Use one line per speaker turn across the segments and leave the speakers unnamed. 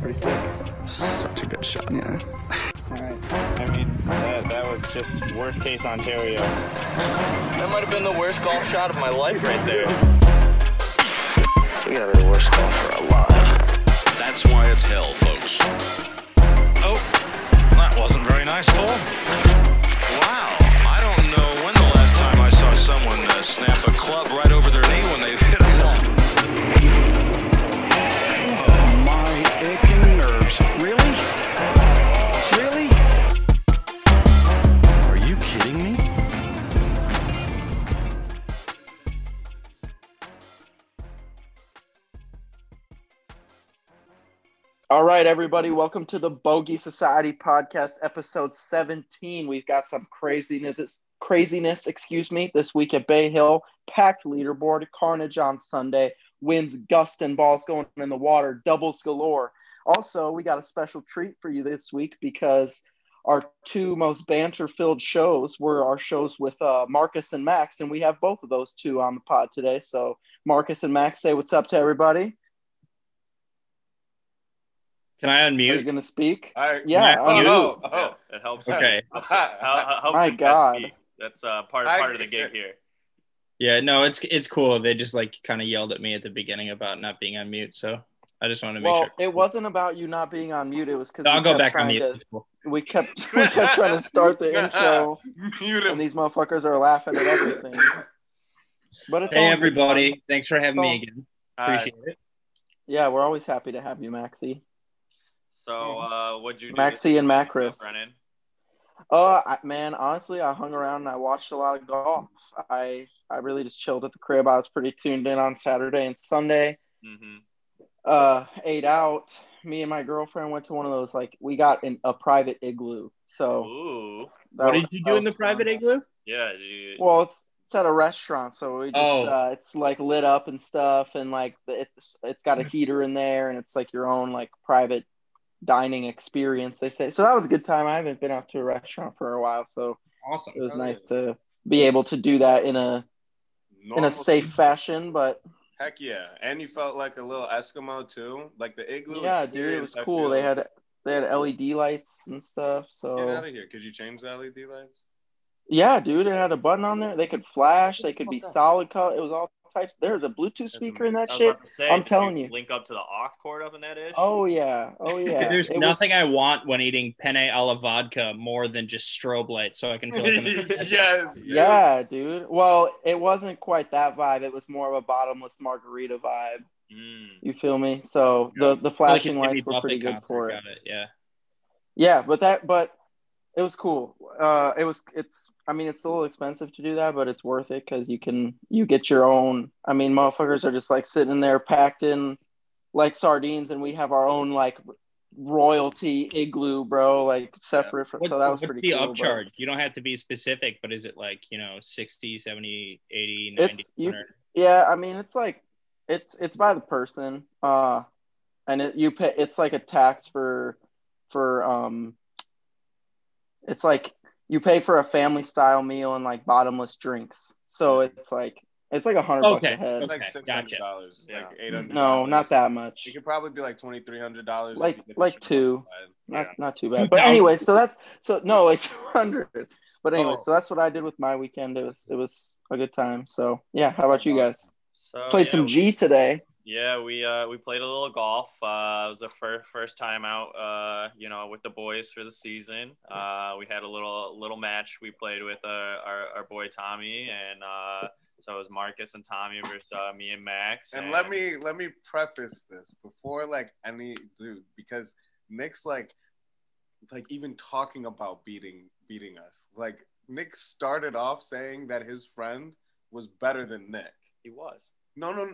pretty sick.
Such a good shot.
Yeah. All right.
I mean, that, that was just worst case Ontario. That might have been the worst golf shot of my life right there.
We gotta be the worst golfer alive.
That's why it's hell, folks.
Oh, that wasn't very nice, Paul.
Wow. I don't know when the last time I saw someone uh, snap a club right over their knee when they've hit a wall.
My aching nerves. Really? Really?
Are you kidding me?
All right, everybody. Welcome to the Bogey Society podcast, episode 17. We've got some craziness, this craziness, excuse me, this week at Bay Hill. Packed leaderboard, carnage on Sunday, wins, gust, and balls going in the water, doubles galore. Also, we got a special treat for you this week because our two most banter filled shows were our shows with uh, Marcus and Max, and we have both of those two on the pod today. So, Marcus and Max, say what's up to everybody.
Can I
Are you
unmute? Uh,
going to speak?
All right.
Yeah,
Max, you.
unmute.
Oh, oh.
It helps.
Okay.
Helps,
Uh,
hel- helps
My
the guest
God.
speak. That's uh, part
I-
part of the gig here.
Yeah, no, it's it's cool. They just like kind of yelled at me at the beginning about not being on mute, so I just wanted to make
well,
sure.
it wasn't about you not being on mute. It was because
No, I'll go back on mute. It's cool.
We kept we kept trying to start the intro,
Mute
and
him.
these motherfuckers are laughing at everything. But it's
Hey
all good.
everybody, thanks for having
all-
me again. Appreciate it.
Yeah, we're always happy to have you, Maxie,
So,
Mm-hmm.
uh, what'd you do?
Maxie, and Mac Riffs.
Brennan.
Uh, I, man, honestly, I hung around and I watched a lot of golf. I I really just chilled at the crib. I was pretty tuned in on Saturday and Sunday.
hmm
uh ate out me and my girlfriend went to one of those like we got in a private igloo so
Ooh.
that
What did
was-
you
that
do in the
was
private
fun.
igloo?
Yeah. You,
well it's it's at a restaurant so we just
Oh.
uh, it's like lit up and stuff and like the- it's it's got a heater in there and it's like your own like private dining experience they say so that was a good time i haven't been out to a restaurant for a while so
Awesome.
it
Oh,
was nice to be able to do that in a in
Normal-
a safe fashion but
Heck yeah. And you felt like a little Eskimo too. Like the igloo.
yeah dude it
experience,
was
I
cool
feel
they
like-
had they had led lights and stuff so
Get out of here. Could you change the LED lights?
Yeah, dude, it had a button on there. They could flash. They could be solid color. It was all types. There was a Bluetooth speaker in that
I was
shit.
about to say,
I'm
did
telling you.
Link up to the aux cord up in that ish.
Oh yeah, oh yeah.
There's
It was-
nothing I want when eating penne alla vodka more than just strobe light, so I can feel like I'm in-
yes. dude.
yeah, dude. Well, it wasn't quite that vibe. It was more of a bottomless margarita vibe.
Mm.
You feel me? So the the
I feel like a
flashing
Jimmy
lights were
Buffett
pretty good
concert.
for it.
Got Yeah.
Yeah, but that but it was cool. Uh, it was it's. I mean, it's a little expensive to do that, but it's worth it because you can you get your own. I mean, motherfuckers are just like sitting there packed in like sardines, and we have our own like royalty igloo, bro. Like separate from.
What,
so that was
what's
pretty
the
cool. but
upcharge? You don't have to be specific, but is it like, you know, 60, 70, 80, 90?
It's- you- Yeah, I mean, it's like it's it's by the person. Uh, and it you pay. It's like a tax for for um. It's like you pay for a family style meal and like bottomless drinks. So it's like it's like a hundred bucks
Okay,
a head.
Like
Okay,
six
gotcha.
hundred dollars.
Yeah.
Like eight hundred.
No, not that much.
You could probably be like twenty three hundred dollars.
Like- like two. Not not too bad. But
2000.
anyway, so that's so no, like two hundred. But anyway,
Oh.
so that's what I did with my weekend. It was it was a good time. So yeah, how about
Oh,
you guys?
So,
Played
yeah,
some G today.
Yeah, we uh, we played a little golf. Uh, it was the first first time out, uh, you know, with the boys for the season. Uh, we had a little little match we played with uh, our our boy Tommy, and uh, so it was Marcus and Tommy versus uh, me and Max.
And let me let me preface this before like any dude because Nick's like like even talking about beating beating us. Like Nick started off saying that his friend was better than Nick.
he was
No, no, no.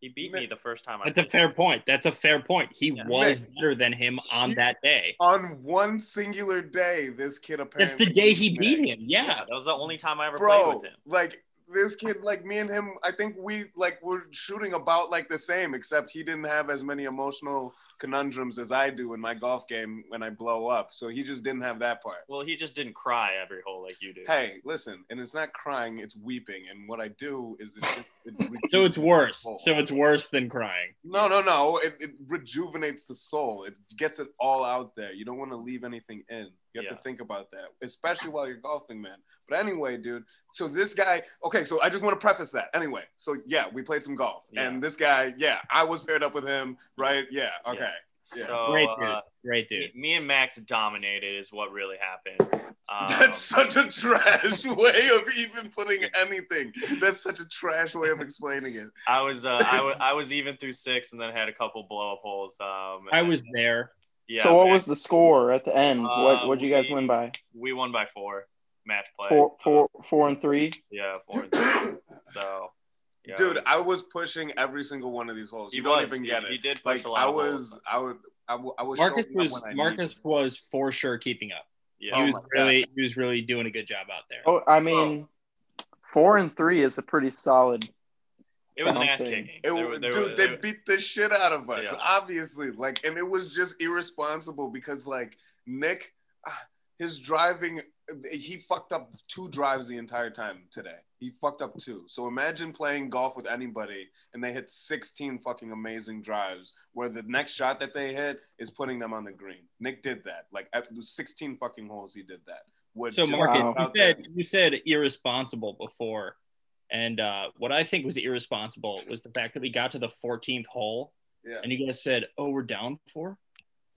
he beat me the first time I
That's a
played.
fair point. That's a fair point. He
Yeah.
was better than him on that day.
on one singular day this kid apparently
That's the day he beat him.
Yeah,
Yeah.
that was the only time I ever played
Bro,
with him.
like this kid, like me and him, I think we like were shooting about like the same, except he didn't have as many emotional conundrums as I do in my golf game when I blow up. So he just didn't have that part.
Well, he just didn't cry every hole like you do.
Hey, listen, and it's not crying, it's weeping. And what I do is it, just, it
So it's
rejuvenates
worse.
the soul.
So it's worse than crying.
no, no, no. It, it rejuvenates the soul. It gets it all out there. You don't want to leave anything in. You have
Yeah.
to think about that, especially while you're golfing, man. But anyway, dude. So this guy. Okay, so I just want to preface that. Anyway, so yeah, we played some golf,
Yeah.
and this guy, yeah, I was paired up with him, right? Yeah. Okay. Yeah.
So
Great dude.
uh,
Great
me,
dude.
me and Max dominated is what really happened. Um,
That's such a trash way of even putting anything. That's such a trash way of explaining it.
I was uh, I wa- I was even through six and then had a couple blow up holes. Um,
I
and-
was there.
yeah.
so what
Max-
was the score at the end? what
Uh,
what would you guys
we-
win by?
we won by four match play.
Four,
So,
four, four and three.
yeah, four. And three. So, yeah,
Dude,
it
I was pushing every single one of these holes.
He
You don't
was.
even
He-
get
He
it.
did push
Like
a lot.
I
of holes.
was, I would, I would, I was.
Marcus
showing up
was
when I
Marcus
needed.
was for sure keeping up.
Yeah.
he was
my God.
really he was really doing a good job out there.
Oh, I mean, four and three is a pretty solid.
It was an ass
Something.
kicking.
It,
There were- there
dude,
were-
they
there-
beat the shit out of us,
Yeah.
obviously. Like, and it was just irresponsible because, like, Nick, ah, his driving, he fucked up two drives the entire time today. He fucked up two. So imagine playing golf with anybody and they hit 16 fucking amazing drives where the next shot that they hit is putting them on the green. Nick did that. Like, at 16 fucking holes, he did that. What
So
just-
Marcus,
Wow.
you said you said irresponsible before, and uh, what I think was irresponsible was the fact that we got to the 14th hole,
Yeah.
and you guys said, "Oh, we're down four."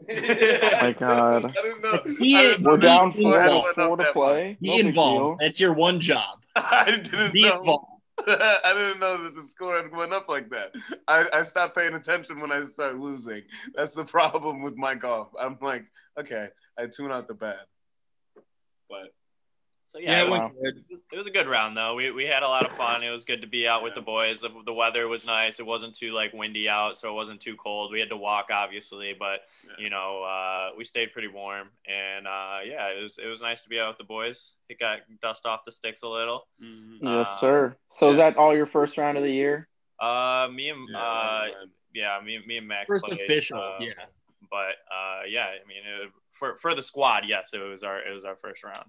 oh
my God.
I didn't know.
He-
I didn't know
We're
that
down
Be
four,
involved.
to four to play.
Be
No big
involved.
deal.
That's your one job.
I didn't
Be
know.
involved.
I didn't know that the score had went up like that. I, I stopped paying attention when I start losing. That's the problem with my golf. I'm like, okay, I tune out the bad. But
so
Yeah,
yeah,
it
it,
wow.
was,
went good.
it was a good round though. We, we had a lot of fun. It was good to be out with the boys. The, the weather was nice. It wasn't too like windy out, so it wasn't too cold. We had to walk obviously, but you know uh, we stayed pretty warm. And uh, yeah, it was it was nice to be out with the boys. It got dust off the sticks a little.
Yes,
Uh,
sir. So is that all your first round of the year?
Uh, me and
yeah,
uh, yeah, me, me and Max
First
played,
official.
uh,
yeah.
but uh, yeah, I mean, it, for for the squad, yes, it was our it was our first round.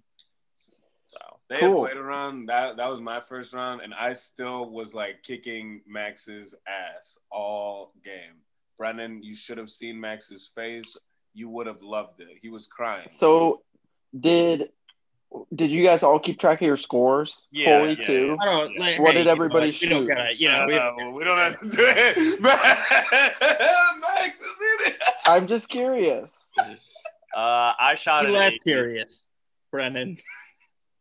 So
they
Cool.
had played around. That that was my first round, and I still was like kicking Max's ass all game. Brennan, you should have seen Max's face. You would have loved it. He was crying.
So did did you guys all keep track of your scores?
Yeah,
Fully
yeah,
too.
I don't, like,
What
hey,
did everybody
you know, We
shoot?
don't gotta, you know, we,
Uh, we don't have to do it. Max is in it.
I'm just curious.
uh, I shot
be
an
less
80.
curious, Brennan.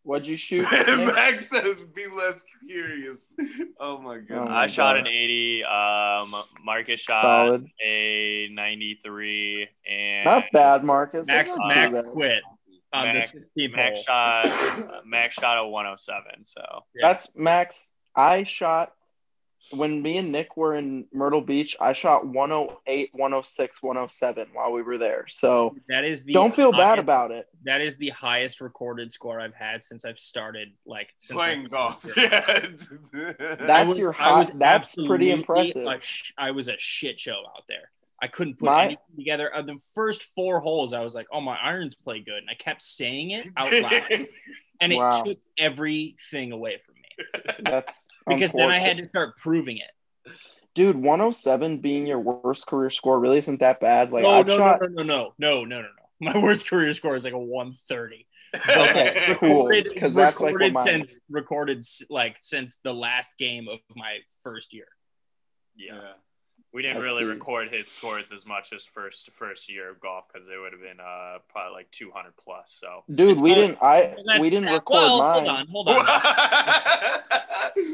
What'd you shoot? Nick?
Max says, "Be less curious." Oh my god!
my
I shot
God.
an 80. Um, Marcus shot
Solid.
a 93, and
Not bad, Marcus.
Max
That's not too
Max
bad.
quit on
Max-
the 16th
Max
hole.
shot uh, Max shot a 107. So
Yeah.
That's Max. I shot when me and Nick were in Myrtle Beach. I shot 108, 106, 107 while we were there. So
That is the
don't feel bad
highest-
about it.
That is the highest recorded score I've had since I've started, like since my-
Playing golf. Yeah.
I
That's your high. That's pretty
absolutely
impressive.
a sh- I was a shit show out there. I couldn't put
My-
anything together. Of the first four holes, I was like, "Oh, my irons play good," and I kept saying it out loud, and it
Wow.
took everything away from me
That's
because then I
unfortunate.
had to start proving it.
dude 107 being your worst career score really isn't that bad. Like
"Oh, no,
I've
no,
shot
no, no, no, no, no, no, no, no. My worst career score is like a one thirty.
Okay, cool. Because that's like what
recorded
mine.
since recorded s- like since the last game of my first year.
yeah, we didn't
I
really
see.
record his scores as much as first first year of golf because it would have been uh probably like 200 plus. So
Dude, we didn't. I
Well, that's-
we didn't
uh,
record
well,
mine.
Hold on, hold on.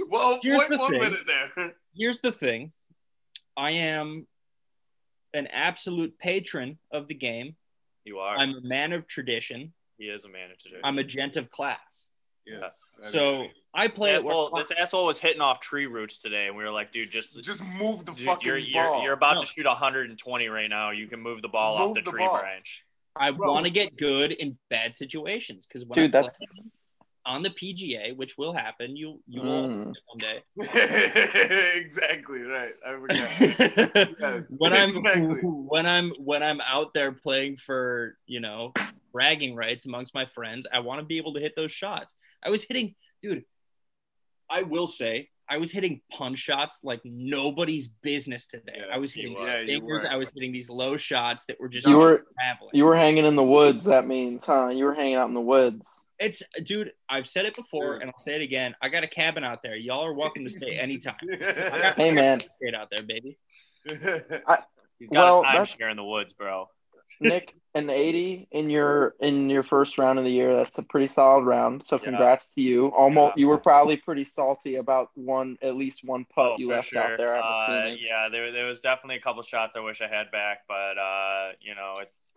well,
Here's
wait
the
one
thing.
minute there.
here's the thing I am an absolute patron of the game.
you are.
I'm a man of tradition.
he is a manager.
I'm a gent of class.
Yes.
So I play it.
Asshole- this asshole was hitting off tree roots today, and we were like, dude, just
just move the
Dude,
fucking
you're,
ball.
You're, you're about
No.
to shoot 120 right now. You can move the ball off
Move
the,
the
tree
ball.
branch.
I
Bro.
want to get good in bad situations because when
Dude,
I
that's-
play, on the PGA, which will happen. You you will
Mm.
see it one day.
exactly right. I forgot. Yes,
when I'm
exactly.
when I'm when I'm out there playing for you know bragging rights amongst my friends, I want to be able to hit those shots. I was hitting, dude. I will say I was hitting pun shots like nobody's business today.
Yeah,
I was
you
hitting
were. Yeah, you
stingers.
were.
I was hitting these low shots that were just
You were-
traveling.
You were hanging in the woods, that means, huh? You were hanging out in the woods.
it's dude. I've said it before and I'll say it again. I got a cabin out there. Y'all are welcome to stay anytime. I got
Hey, man.
straight out there, baby.
He's got
Well,
a
that's-
timeshare in the woods, bro.
Nick, an 80 in your in your first round of the year. That's a pretty solid round. So
Yeah.
congrats to you. Almost you were probably pretty salty about one at least one putt
Oh,
you
for
left out
sure.
there. I'm
Uh,
assuming.
yeah, there, there was definitely a couple shots I wish I had back, but uh, you know, it's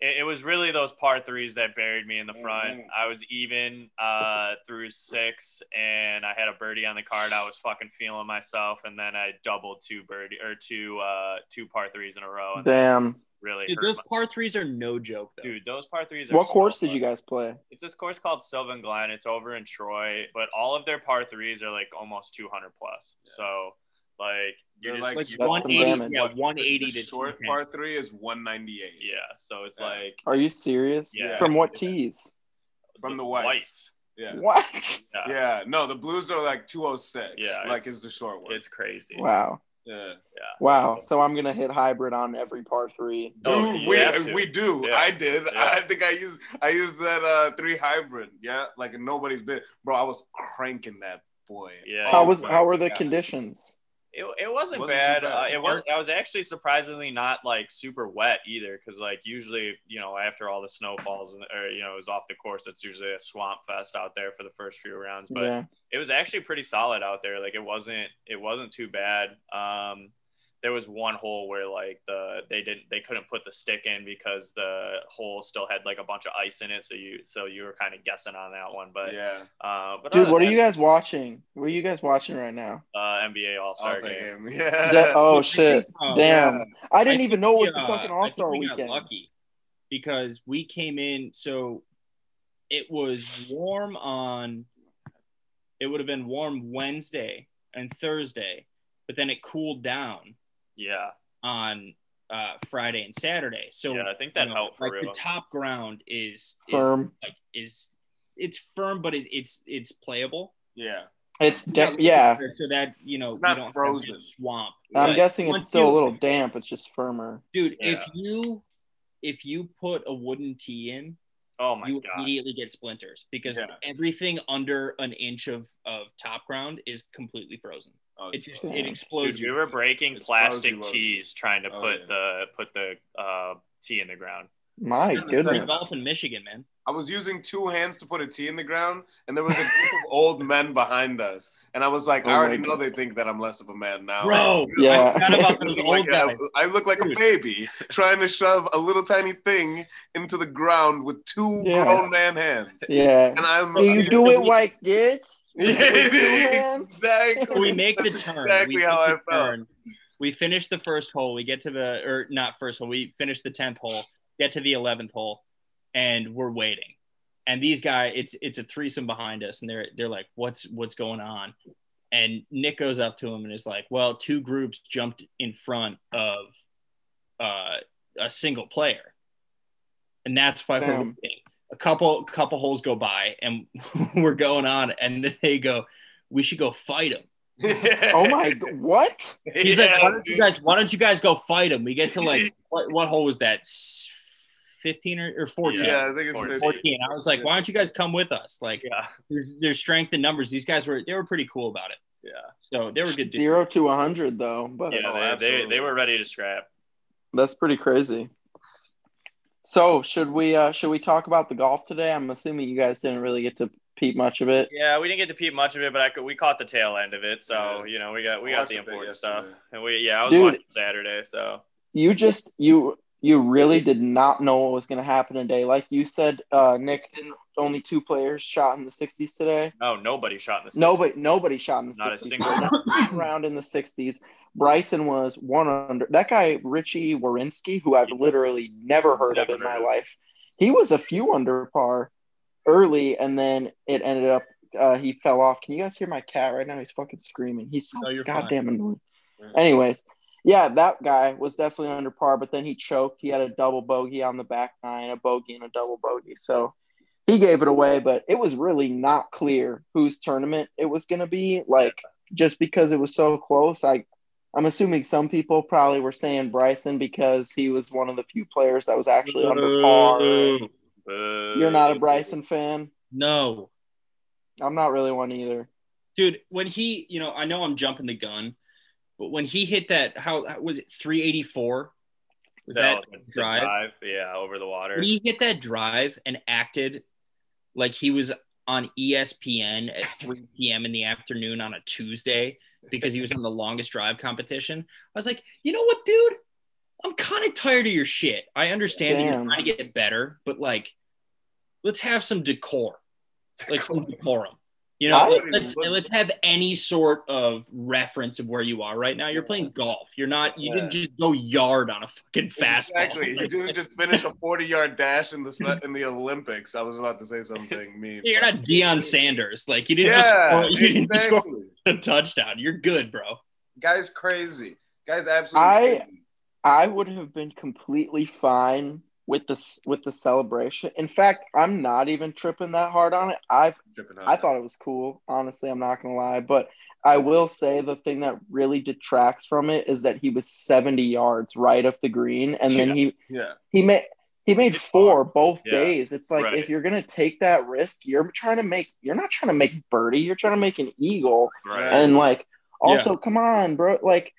it, it was really those par threes that buried me in the front.
Mm-hmm.
Mhm.
I was even uh, through six, and I had a birdie on the card. I was fucking feeling myself, and then I doubled two birdie or two uh, two par threes in a row, and that
Damn.
really
Dude,
hurt
those
my-
par threes are no joke, though.
Dude, those par threes. Are
What
so
course did
fun
you guys play?
it's this course called Sylvan Glen. It's over in Troy, but all of their par threes are like almost 200 plus. So, like,
They're
you're just,
like
like
That's some
180,
damage.
yeah, 180
The
to
short
210.
par three is 198.
yeah. So it's
Yeah.
like
Are you serious?
Yeah.
From what tees?
From the whites. Yeah.
What?
Yeah.
Yeah. No, the blues are like 206.
Yeah,
Like
it's-
is the short one.
It's uh, crazy.
Wow.
yeah.
Yeah.
Wow.
So,
So I'm gonna hit hybrid on every par three.
No,
Dude,
oh, you have
we,
to.
we do.
Yeah.
I did.
Yeah.
I think I used I used that uh three hybrid. Yeah, like nobody's been. Bro, I was cranking that boy. Oh
Yeah.
How was
my
how were the
God.
conditions?
it, it wasn't,
Wasn't too
bad.
bad.
Uh, it was. I was actually surprisingly not like super wet either, because like usually, you know, after all the snow falls and or you know is off the course, it's usually a swamp fest out there for the first few rounds. But
yeah.
it was actually pretty solid out there. Like it wasn't it wasn't too bad. Um, there was one hole where like the they didn't they couldn't put the stick in because the hole still had like a bunch of ice in it. So you so you were kind of guessing on that one. But
Yeah.
uh, but
Dude,
other
what are
than
you guys watching? What are you guys watching right now?
that, uh, NBA All
I
Star
was like,
game?
damn, yeah.
That- oh
I
shit.
think, uh,
Damn. I didn't
I
even know it was
Yeah,
the fucking
I think
All Star
we got
weekend.
Lucky because we came in, so it was warm on. It would have been warm Wednesday and Thursday, but then it cooled down
Yeah,
on uh, Friday and Saturday. So
yeah, I think
you
that
know,
helped for
like
real.
the top ground is, is
Firm.
like is it's firm, but it, it's it's playable.
yeah.
It's de- yeah.
So that you know,
It's
we
not
don't have
frozen.
this swamp.
I'm
But
guessing it's
once
still a
you-
little damp. It's just firmer.
Dude,
Yeah.
if you if you put a wooden tee in,
oh my
you
god,
immediately get splinters because
Yeah.
everything under an inch of of top ground is completely frozen.
Oh,
It
it's
just
rough.
it
Dude,
explodes.
Dude, we
you.
were breaking
It's
plastic
frozen.
tees trying to
Oh,
put
yeah.
the put the uh, tee in the ground.
My
Yeah, that's
Free
goodness.
right.
golf in Michigan, man.
I was using two hands to put a tee in the ground, and there was a group of old men behind us. And I was like,
Oh
I
my
already
God.
know they think that I'm less of a man
Oh
now.
Bro,
Yeah.
I forgot about
I
those
look like
old guys.
a- I look like
Dude.
a baby trying to shove a little tiny thing into the ground with two
Yeah.
grown man hands.
Yeah.
And I'm
Do you do it like this? With your two hands?
exactly.
we make the
That's
turn.
Exactly
we
how I
make
felt.
the turn. We finish the first hole. We get to the or not first hole. We finish the tenth hole. Get to the eleventh hole, and we're waiting. And these guys, it's it's a threesome behind us, and they're they're like, "What's what's going on?" And Nick goes up to him and is like, "Well, two groups jumped in front of uh, a single player, and that's why we're
Damn.
waiting." A couple couple holes go by, and we're going on, and then they go, "We should go fight him."
Oh my g- what?
He's
Yeah,
like, why don't you
dude.
guys? Why don't you guys go fight him? We get to like what, what hole was that? S- Fifteen or, or fourteen?
Yeah, I think it's 14.
14.
Fourteen. I was like, why don't you guys come with us? Like,
Yeah,
there's, there's strength in numbers. These guys were they were pretty cool about it.
Yeah.
So they were good dudes.
Zero to a hundred though, but
yeah,
Oh,
they, they
absolutely.
they were ready to scrap.
that's pretty crazy. So should we uh should we talk about the golf today? I'm assuming you guys didn't really get to peep much of it.
Yeah, we didn't get to peep much of it, but I could, we caught the tail end of it. So
Yeah.
you know, we got we
I
got
watched
the
a bit
important stuff.
yesterday.
And we yeah, I was
Dude.
watching Saturday. So
you just you you really did not know what was going to happen today. Like you said, uh, Nick didn't. Only two players shot in the 60s today.
no, Oh, nobody shot in the. sixth.
Nobody, nobody shot in the
Not a
60s.
single
Not a round in the 60s. Bryson was one under. That guy Richie Warinsky, who I've literally never heard of
Never
in my
heard of.
life, he was a few under par. early, and then it ended up uh, he fell off. Can you guys hear my cat right now? He's fucking screaming. He's so
No, you're fine.
goddamn annoying.
Yeah.
Anyways, yeah, that guy was definitely under par, but then he choked. He had a double bogey on the back nine, a bogey and a double bogey. So he gave it away, but it was really not clear whose tournament it was going to be. Like just because it was so close, I I'm assuming some people probably were saying Bryson because he was one of the few players that was actually under par. You're not a Bryson fan.
No.
I'm not really one either.
Dude, when he, you know, I know I'm jumping the gun, but when he hit that, how, how was it 384? Was that
the- the
drive?
Yeah, over the water.
When he hit that drive and acted like he was on E ESPN at 3 p.m. in the afternoon on a Tuesday because he was on the longest drive competition. I was like, you know what, dude? I'm kind of tired of your shit. I understand that
Damn.
you're trying to get better, but like, let's have some decor, like some decorum. You know,
I-
like, let's and let's have any sort of reference of where you are right now. You're playing golf. You're not. You didn't just go yard on a fucking fastball.
Exactly. He
Like,
didn't just finish a 40 yard dash in the sm- in the Olympics. I was about to say something mean.
You're
but-
not Deion Sanders. Like you didn't just
Yeah,
score, you didn't
exactly.
score a touchdown. You're good, bro.
Guy's crazy. Guy's absolutely.
I-
crazy.
I would have been completely fine with the with the celebration. In fact, I'm not even tripping that hard on it. I
Tripping out.
I thought it was cool. Honestly, I'm not gonna lie, but I will say the thing that really detracts from it is that he was 70 yards right of the green, and then he
Yeah.
he made he made four both
Yeah.
days. It's like
Right.
if you're gonna take that risk, you're trying to make you're not trying to make birdie, you're trying to make an eagle.
Right.
And like, also, come on, bro. Like,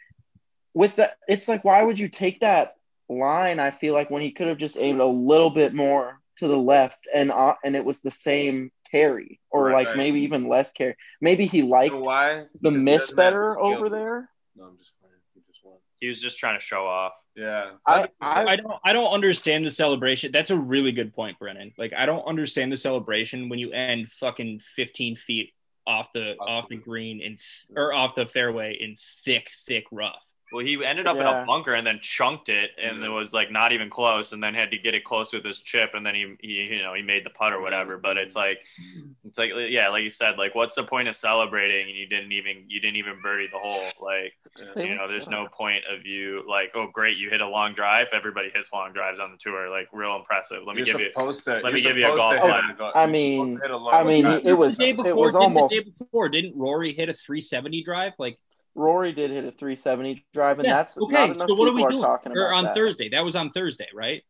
with that, it's like, why would you take that line? I feel like when he could have just aimed a little bit more to the left, and uh, and it was the same carry, or
Right.
like maybe even less carry. Maybe he
You
liked
know why?
the
Because he
miss
doesn't have
better
the skill.
over there.
No, I'm just playing. He just won.
He was just trying to show off.
Yeah.
I,
100%.
I,
I don't I don't understand the celebration. That's a really good point, Brennan. Like I don't understand the celebration when you end fucking 15 feet off the off the green and or off the fairway in thick thick rough.
Well, he ended up in
Yeah.
a bunker and then chunked it, and
Mm-hmm.
it was like not even close, and then had to get it close with his chip, and then he, he you know, he made the putt or whatever. But it's like,
Mm-hmm.
it's like, yeah, like you said, like what's the point of celebrating? And you didn't even, you didn't even birdie the hole. Like, you know, there's no point of you like, oh great, you hit a long drive. Everybody hits long drives on the tour. Like, real impressive. Let me
You're
give you.
supposed to.
let
you're
me give you a
supposed
golf
to
clap.
hit a go-
I
you're
mean-
supposed to hit a long
I mean,
drive.
it was
The day before,
it was
didn't
almost
the day before. Didn't Rory hit a 370 drive? Like
Rory did hit a 370 drive, and
Yeah,
that's
okay.
not enough
So what are
people
we
are,
doing?
talking
or
about
on
that.
Thursday. That was on Thursday, right?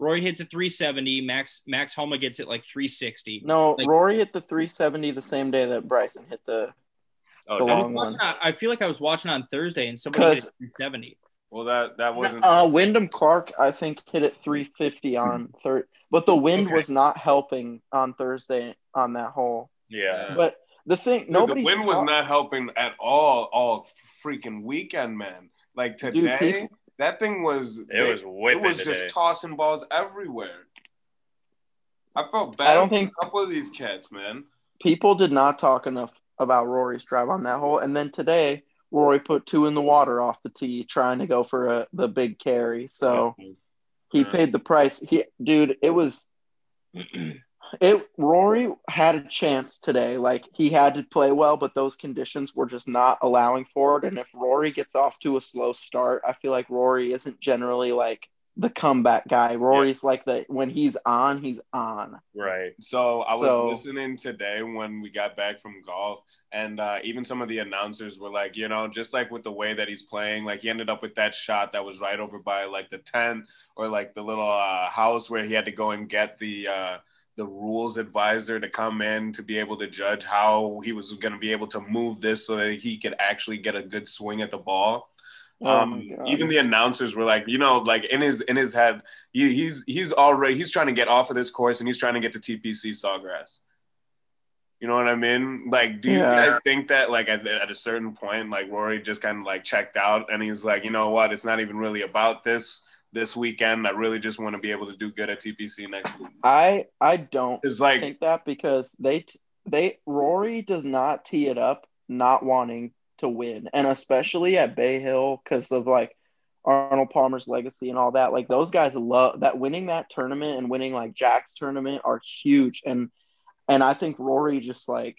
Rory hits a 370. Max Max Homa gets it like 360.
No,
Like-
Rory hit the 370 the same day that Bryson hit the
Oh,
the
no.
I,
long
was watching
one.
on, I feel like I was watching on Thursday and somebody hit
'Cause-
370.
Well, that that wasn't.
Uh, Wyndham Clark, I think, hit it 350 on
Hmm.
third, but the wind was not helping on Thursday on that hole.
yeah.
But the thing,
Dude,
nobody.
the wind was not helping at all. All freaking weekend, man. Like
Dude,
today,
people-
that thing was.
It was
It
whipping
was
today.
just tossing balls everywhere. I felt bad.
I don't think
for a couple of these cats, man.
people did not talk enough about Rory's drive on that hole, and then today Rory put two in the water off the tee trying to go for a, the big carry. So he
Yeah.
paid the price. He, dude, it was. It Rory had a chance today. Like he had to play well, but those conditions were just not allowing for it. And if Rory gets off to a slow start, I feel like Rory isn't generally like the comeback guy. Rory's like the when he's on, he's on.
Right.
So I was
So-
listening today when we got back from golf, and uh, even some of the announcers were like, you know, just like with the way that he's playing, like he ended up with that shot that was right over by like the ten or like the little uh, house where he had to go and get the uh, the rules advisor to come in to be able to judge how he was going to be able to move this so that he could actually get a good swing at the ball.
Oh
Um, even the announcers were like, you know, like in his in his head, he, he's he's already he's trying to get off of this course and he's trying to get to TPC Sawgrass. You know what I mean? Like, do you
Yeah.
guys think that like at, at a certain point, like Rory just kind of like checked out and he's like, you know what? It's not even really about this this weekend. I really just want to be able to do good at TPC next week.
I I don't
It's like
think that because they t- they Rory does not tee it up not wanting to win, and especially at Bay Hill because of like Arnold Palmer's legacy and all that. Like those guys love that winning that tournament and winning like Jack's tournament are huge, and And I think Rory just like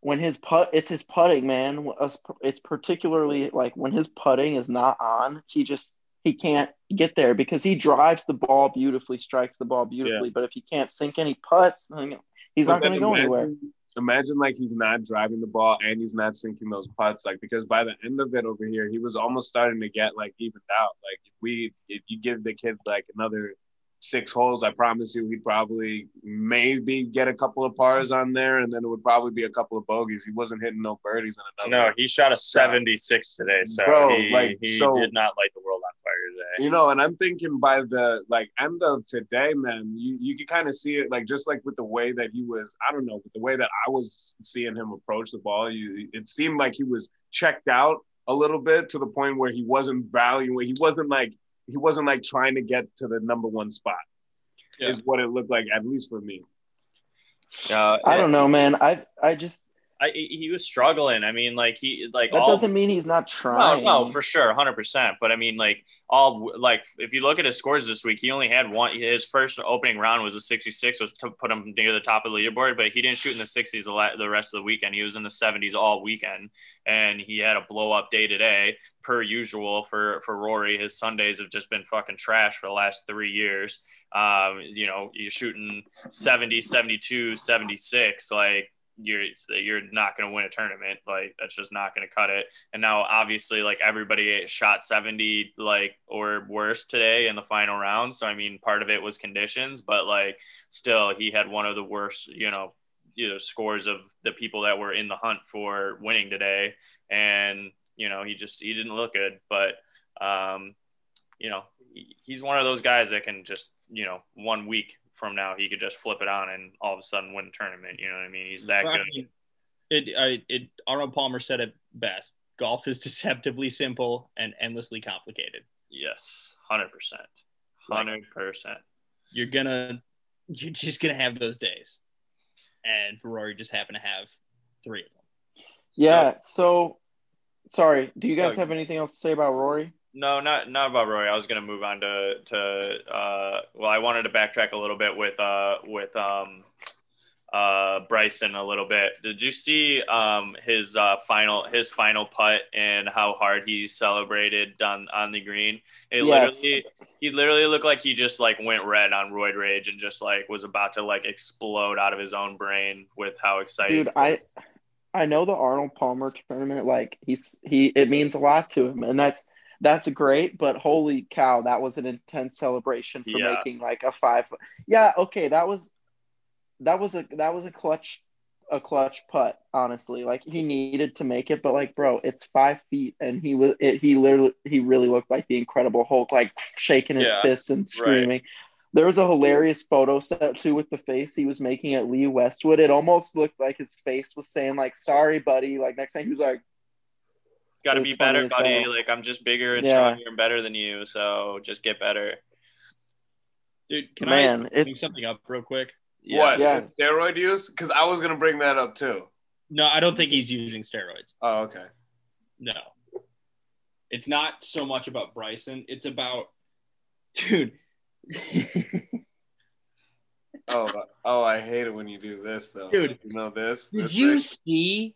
when his putt, it's his putting, man. Us- It's particularly like when his putting is not on, he just he can't get there because he drives the ball beautifully, strikes the ball beautifully. But if he can't sink any putts, then he's
But
not going to
then
go
imagine-
anywhere.
Imagine like he's not driving the ball and he's not sinking those putts, like because by the end of it over here, he was almost starting to get like evened out. Like if we, if you give the kid like another six holes, I promise you, he'd probably maybe get a couple of pars on there, and then it would probably be a couple of bogeys. He wasn't hitting no birdies in another.
No, he shot a 76 today, so
Bro,
he,
like,
he
so-
did not light the world on fire today.
You know, and I'm thinking by the like end of today, man, you you could kind of see it like just like with the way that he was, I don't know, with the way that I was seeing him approach the ball, you it seemed like he was checked out a little bit to the point where he wasn't valuing, he wasn't like he wasn't like trying to get to the number one spot.
Yeah.
Is what it looked like, at least for me.
Uh,
I don't know, man. I I just
I, he he was struggling. I mean, like he like
that
all
doesn't mean he's not
No,
trying.
no, for sure, hundred percent. But I mean, like all like if you look at his scores this week, he only had one. His first opening round was a sixty-six, was to put him near the top of the leaderboard. But he didn't shoot in the sixties the la- the rest of the weekend. He was in the seventies all weekend, and he had a blow up day today, per usual for for Rory. His Sundays have just been fucking trash for the last three years. Um, you know, you're shooting 70, 72, 76, like. You're you're not going to win a tournament. Like that's just not going to cut it. And now, obviously, like everybody shot 70, like or worse today in the final round. So, I mean, part of it was conditions, but like still, he had one of the worst, you know, you know, scores of the people that were in the hunt for winning today. And, you know, he just, he didn't look good. But, um, you know, he- he's one of those guys that can just, you know, one week from now, he could just flip it on and all of a sudden win a tournament. You know what I mean? He's that
Well, I
good.
mean, it, I, it, Arnold Palmer said it best. Golf is deceptively simple and endlessly complicated.
Yes, 100%. 100%.
You're gonna, you're just gonna have those days, and Ferrari just happened to have three of them.
Yeah. So, sorry. Do you guys
Okay.
have anything else to say about Rory?
No, not not about Rory. I was gonna move on to to uh, well, I wanted to backtrack a little bit with uh with um uh Bryson a little bit. Did you see um his uh final his final putt and how hard he celebrated on on the green? It
Yes.
literally he literally looked like he just like went red on roid rage and just like was about to like explode out of his own brain with how excited.
Dude, I I know the Arnold Palmer tournament like he's he it means a lot to him and that's that's great, but holy cow, that was an intense celebration for
Yeah.
making like a five. Yeah, okay, that was that was a that was a clutch a clutch putt, honestly. Like he needed to make it, but like bro, it's five feet and he was it he literally he really looked like the incredible Hulk, like shaking his
Yeah,
fists and screaming. There was a hilarious photo set too with the face he was making at Lee Westwood. It almost looked like his face was saying like "Sorry, buddy." Like next time he was like,
Got to
it was
be better,
funny as
buddy.
hell.
Like I'm just bigger and
Yeah.
stronger and better than you, so just get better.
Dude, can
"Man,
I
it,
bring something up real quick?
What
Yeah.
the steroid use? Because I was gonna bring that up too.
No, I don't think he's using steroids.
Oh, okay.
No. It's not so much about Bryson. It's about, dude.
Oh, oh, I hate it when you do this though,
Dude.
You know this?
Did
this
you
thing?
see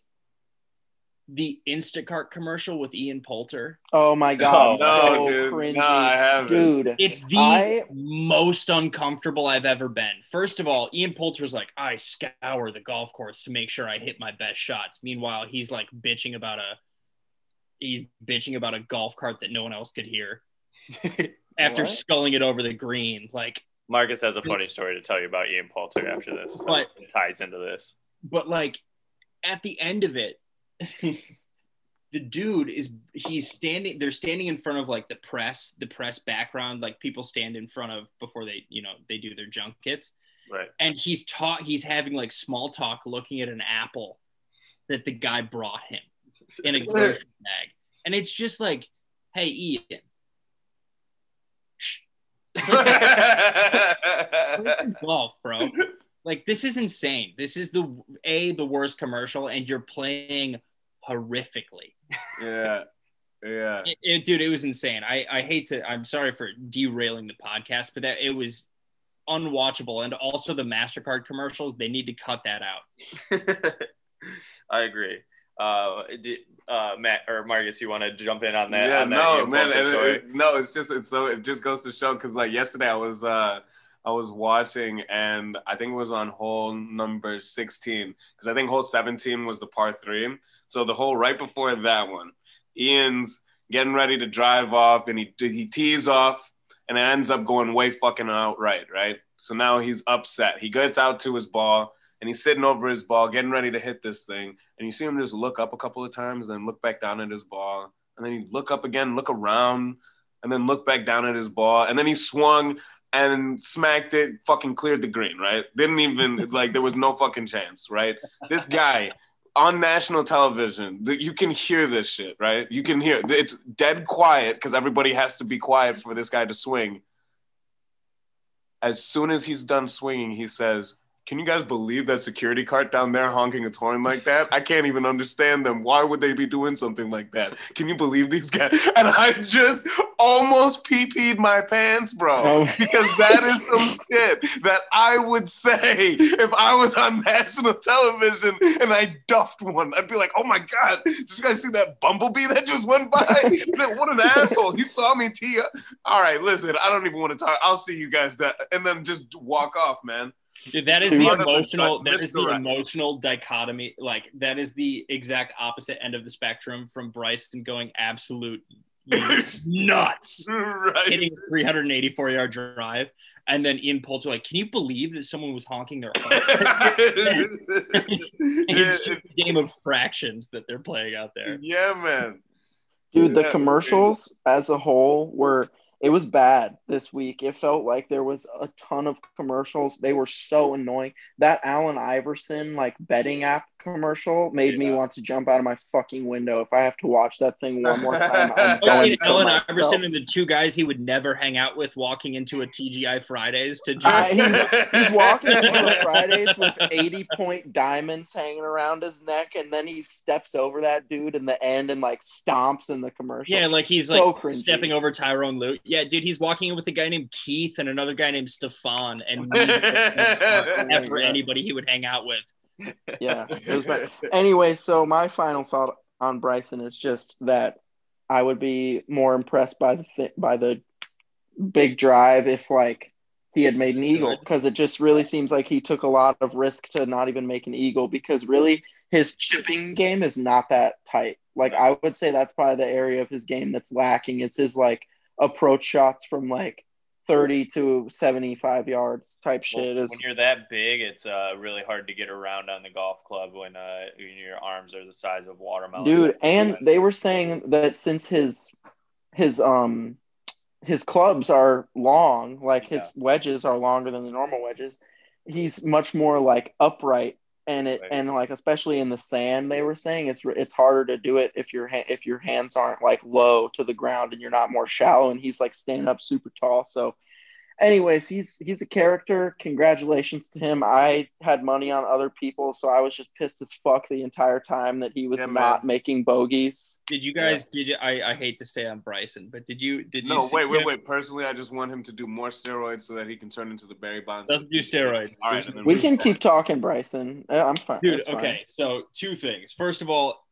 the Instacart commercial with Ian Poulter?
oh my god,
no,
so
dude.
cringy,
No, I haven't.
dude."
It's the
I-
most uncomfortable I've ever been. First of all, Ian Poulter's like, I scour the golf course to make sure I hit my best shots. Meanwhile, he's like bitching about a he's bitching about a golf cart that no one else could hear after
What?
sculling it over the green. Like,
Marcus has a funny story to tell you about Ian Poulter after this. that
What?
ties into this?
but like at the end of it the dude is he's standing they're standing in front of like the press the press background like people stand in front of before they you know they do their junkets
Right.
and he's taught he's having like small talk looking at an apple that the guy brought him in a grocery bag and it's just like hey ian Listen, golf, bro. Like this is insane. This is the a the worst commercial, and you're playing horrifically,
yeah, yeah.
It- it- dude. It was insane. I I hate to. I'm sorry for derailing the podcast, but that it was unwatchable. And also the Mastercard commercials, they need to cut that out.
I agree. Uh, do, uh, Matt or Marcus, you want to jump in on that?
yeah,
on that
no,
Ian
man.
Poulter
and it-
story?
it- no, it's just it's so it just goes to show because like yesterday I was uh I was watching and I think it was on hole number sixteen because I think hole seventeen was the par three. So the hole right before that one, Ian's getting ready to drive off and he he tees off and it ends up going way fucking outright, right? So now he's upset. He gets out to his ball. And he's sitting over his ball, getting ready to hit this thing. And you see him just look up a couple of times, then look back down at his ball and then he'd look up again, look around, and then look back down at his ball, and then he swung and smacked it, fucking cleared the green, right? Didn't even like there was no fucking chance, right? This guy on national television, that you can hear this shit, right? You can hear it's dead quiet because everybody has to be quiet for this guy to swing. As soon as he's done swinging, he says. Can you guys believe that security cart down there honking its horn like that? I can't even understand them. Why would they be doing something like that? Can you believe these guys? And I just almost pee-peed my pants, bro. Because that is some shit that I would say if I was on national television and I duffed one. I'd be like, oh my God, did you guys see that bumblebee that just went by? what an asshole. He saw me tee up. All right, listen, I don't even want to talk. I'll see you guys. That, and then just walk off, man.
Dude, that is
Dude,
the
Marcus is
emotional.
like
That is the
Mr. Right.
emotional dichotomy. Like that is the exact opposite end of the spectrum from Bryson going absolute nuts,
right.
hitting a 384 yard drive, and then Ian Poulter like, can you believe that someone was honking their horn? it's just
yeah,
a game of fractions that they're playing out there.
yeah, man.
Dude,
Yeah,
the
okay.
commercials as a whole were it was bad this week. It felt like there was a ton of commercials. They were so annoying. That Allen Iverson like betting app commercial made me want to jump out of my fucking window. If I have to watch that thing one more time, I'm
Oh,
Oh,
going
Ian
to
Allen
myself.
Iverson and the two guys he would never hang out with walking into a TGI Fridays to just
I- He's walking into a Fridays with 80 point diamonds hanging around his neck, and then he steps over that dude in the end and like stomps in the commercial.
Yeah, like he's
So
like
cringy.
stepping over Tyrone Lute. Yeah, dude, he's walking in with a guy named Keith and another guy named Stefan, and
Yeah.
never anybody he would hang out with.
yeah, it was bad. Anyway, so my final thought on Bryson is just that I would be more impressed by the thi- by the big drive if like he had made an eagle because it just really seems like he took a lot of risk to not even make an eagle because really his chipping game is not that tight. Like I would say that's probably the area of his game that's lacking. It's his like approach shots from like 30 to 75 yards type
Well,
shit
when
is
you're that big, it's uh, really hard to get around on the golf club when, uh, when your arms are the size of watermelon.
dude and they were saying that since his his um his clubs are long like his wedges are longer than the normal wedges he's much more like upright and it
Right.
and like especially in the sand they were saying it's re- it's harder to do it if your ha- if your hands aren't like low to the ground and you're not more shallow and he's like standing up super tall so anyways he's he's a character congratulations to him i had money on other people so i was just pissed as fuck the entire time that he was
Yeah, man.
not making bogeys
Did you guys? Did you? I, I hate to stay on Bryson, but did you? Did you?
No,
see-
wait, wait, wait. Personally, I just want him to do more steroids so that he can turn into the Barry Bonds.
Doesn't do steroids.
All right, and then
we
move
can
on.
keep talking bryson Uh, i'm fine
Dude,
It's fine.
okay. So two things. First of all,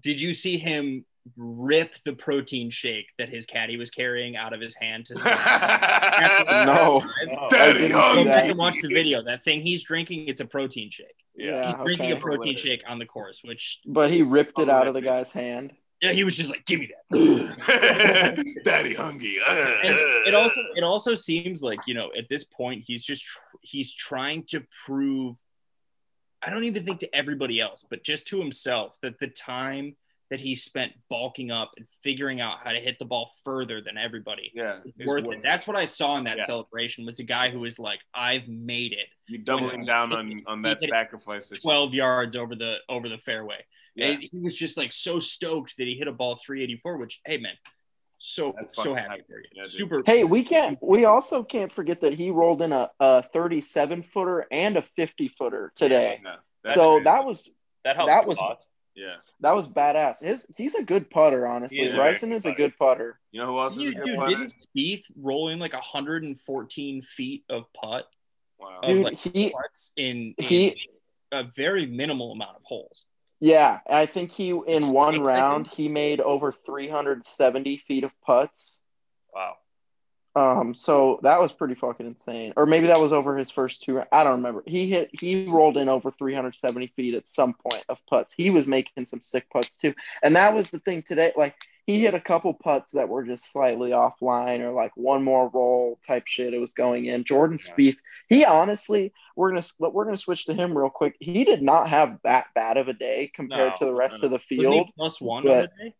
did you see him rip the protein shake that his caddy was carrying out of his hand to?
no
Daddy
I didn't see that.
Go back
hungry.
and watch the video. That thing he's drinking, it's a protein shake.
yeah,
he's drinking
okay.
a protein shake on the course, which
but he ripped it out of the guy's hand
yeah, he was just like, "Give me that."
Daddy hungry. Uh,
And
uh.
it also it also seems like you know at this point he's just tr- he's trying to prove. I don't even think to everybody else, but just to himself that the time that he spent bulking up and figuring out how to hit the ball further than everybody
yeah,
it's
it's
worth it. That's what I saw in that
Yeah.
celebration was a guy who was like, "I've made it."
You doubling down on on that
He hit it
sacrifice. that you-
12 yards over the over the fairway.
Yeah.
And he was just like so stoked that he hit a ball 384, which hey man, so
That's
so
fucking
happy
happy.
for you.
Yeah, dude.
Super
hey we can't we also can't forget that he rolled in a, a 37 footer and a 50 footer today
Yeah, that's
so
crazy.
that was
That helps.
That
a
was-
lot.
Yeah.
That was badass. His he's a good putter, honestly.
He's a very
Bryson
good
is a
putter.
good putter.
You know who else is
You,
a good
dude,
putter?
didn't Spieth roll in like 114 feet of putt
Wow.
Oh,
Dude,
like-
he
putts in, in
he
a very minimal amount of holes.
yeah, I think he in
It's-
one
it's like-
round he made over 370 feet of putts.
Wow.
Um, so that was pretty fucking insane. Or maybe that was over his first two. I don't remember. He hit. He rolled in over 370 feet at some point of putts. He was making some sick putts too. And that was the thing today. Like he hit a couple putts that were just slightly offline or like one more roll type shit. It was going in. Jordan Spieth. He honestly, we're gonna s- we're gonna switch to him real quick. He did not have that bad of a day compared
No,
to the rest
no.
of the
Wasn't
field.
he plus one on
but-
the day?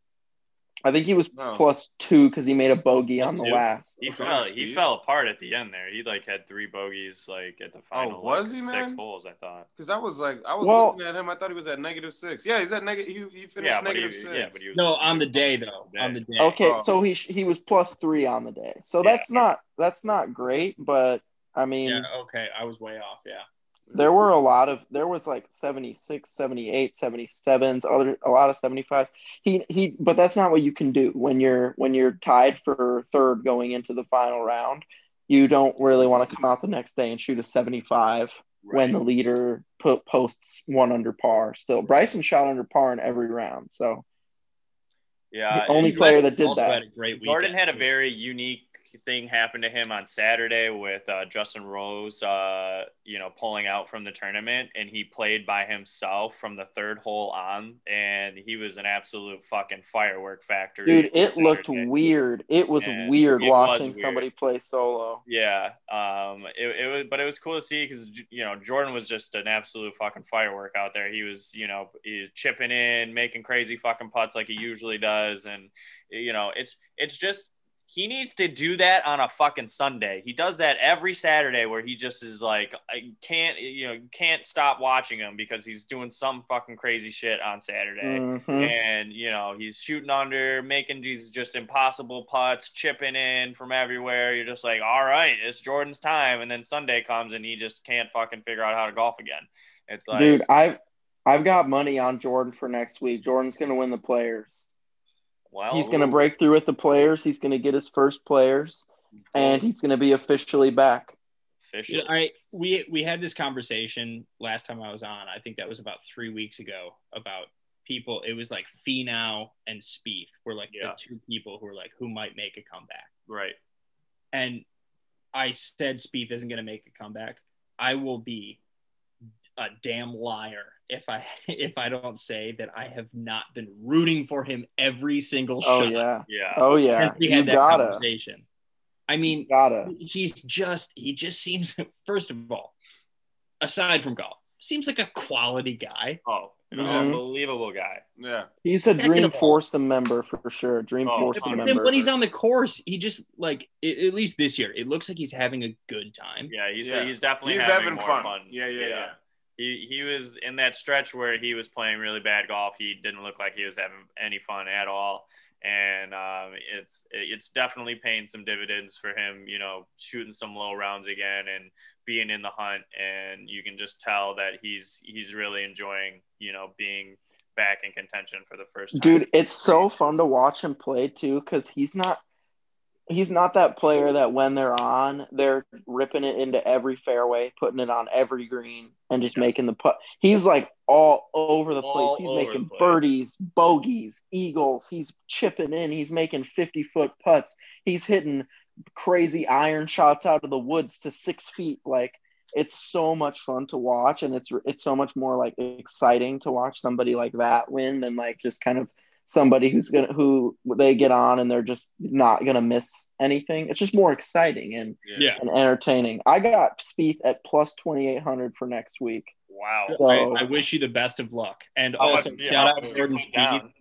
I think he was
No.
plus two because he made a bogey
Plus
on the
two?
last.
He
Okay,
fell. He
Steve.
fell apart at the end there. He like had three bogeys like at the final
Oh, was
like,
he,
six
man?
holes. I thought.
Because I was like, I was
Well-
looking at him. I thought he was at negative six. Yeah, he's at negative. He, he finished
Yeah, but he,
negative six.
yeah, but he was
No, on the day though. On the day.
Okay,
Oh.
so he sh- he was plus three on the day, so
Yeah.
that's not that's not great, but I mean,
Yeah, okay. I was way off. Yeah.
there were a lot of there was like 76, 78, 77s, other a lot of 75. He he, but that's not what you can do when you're when you're tied for third going into the final round. You don't really want to come out the next day and shoot a 75 when the leader put posts one under par. Still, Bryson shot under par in every round, so
yeah.
the only
and
player that did
also
that.
had a great weekend.
Jordan had a very unique thing happen to him on Saturday with uh, Justin Rose, uh, you know, pulling out from the tournament, and he played by himself from the third hole on, and he was an absolute fucking firework factory.
Dude, it looked
Saturday.
weird. It was
Yeah,
weird
it was
watching
weird.
somebody play solo.
Yeah, um, it, it was, but it was cool to see because you know Jordan was just an absolute fucking firework out there. He was, you know, he was chipping in, making crazy fucking putts like he usually does, and you know, it's it's just he needs to do that on a fucking Sunday. He does that every Saturday where he just is like, I can't, you know, can't stop watching him because he's doing some fucking crazy shit on Saturday
Mhm.
and you know he's shooting under, making these just impossible putts, chipping in from everywhere. You're just like, all right, it's Jordan's time. And then Sunday comes and he just can't fucking figure out how to golf again. It's like,
Dude, I've I've got money on Jordan for next week. Jordan's gonna win the players.
well,
He's gonna break through with the players. He's gonna get his first players, and he's gonna be officially back.
fish
You know, I
it.
we we had this conversation last time I was on. I think that was about three weeks ago about people. It was like Finau and Spieth were like
Yeah.
the two people who were like who might make a comeback.
right?
And I said Spieth isn't going to make a comeback. I will be a damn liar if I if I don't say that I have not been rooting for him every single
Oh
shot
yeah.
Yeah,
Oh yeah.
since we had
you
that
gotta.
conversation. I mean,
Gotta.
he's just he just seems first of all aside from golf seems like a quality guy
oh, an
Mm-hmm.
Mhm.
unbelievable guy.
Yeah.
He's a
Second
Dream
of all-
Foursome member for sure. Dream
Oh,
Foursome
but
member.
then when he's on the course he just like i- at least this year it looks like he's having a good time
Yeah, he's
Yeah.
he's definitely
He's
having,
having
more
fun.
fun.
Yeah, yeah, yeah.
He, he was in that stretch where he was playing really bad golf. He didn't look like he was having any fun at all, and um, it's it's definitely paying some dividends for him. You know, shooting some low rounds again and being in the hunt, and you can just tell that he's he's really enjoying you know being back in contention for the first time.
Dude, it's so fun to watch him play too, because he's not he's not that player that when they're on, they're ripping it into every fairway, putting it on every green, and just making the putt. He's like all over the
All
place. He's
over the
making
place.
birdies, bogeys, eagles. He's chipping in. He's making 50 foot putts. He's hitting crazy iron shots out of the woods to six feet. Like it's so much fun to watch and it's it's so much more like exciting to watch somebody like that win than like just kind of somebody who's gonna who they get on and they're just not gonna miss anything it's just more exciting and,
Yeah.
and entertaining i got speeth at plus 2800 for next week
wow.
So-
I, I wish you the best of luck and
Oh,
I
also
was- yeah,
shout
I
out
was
jordan
going
speed
down.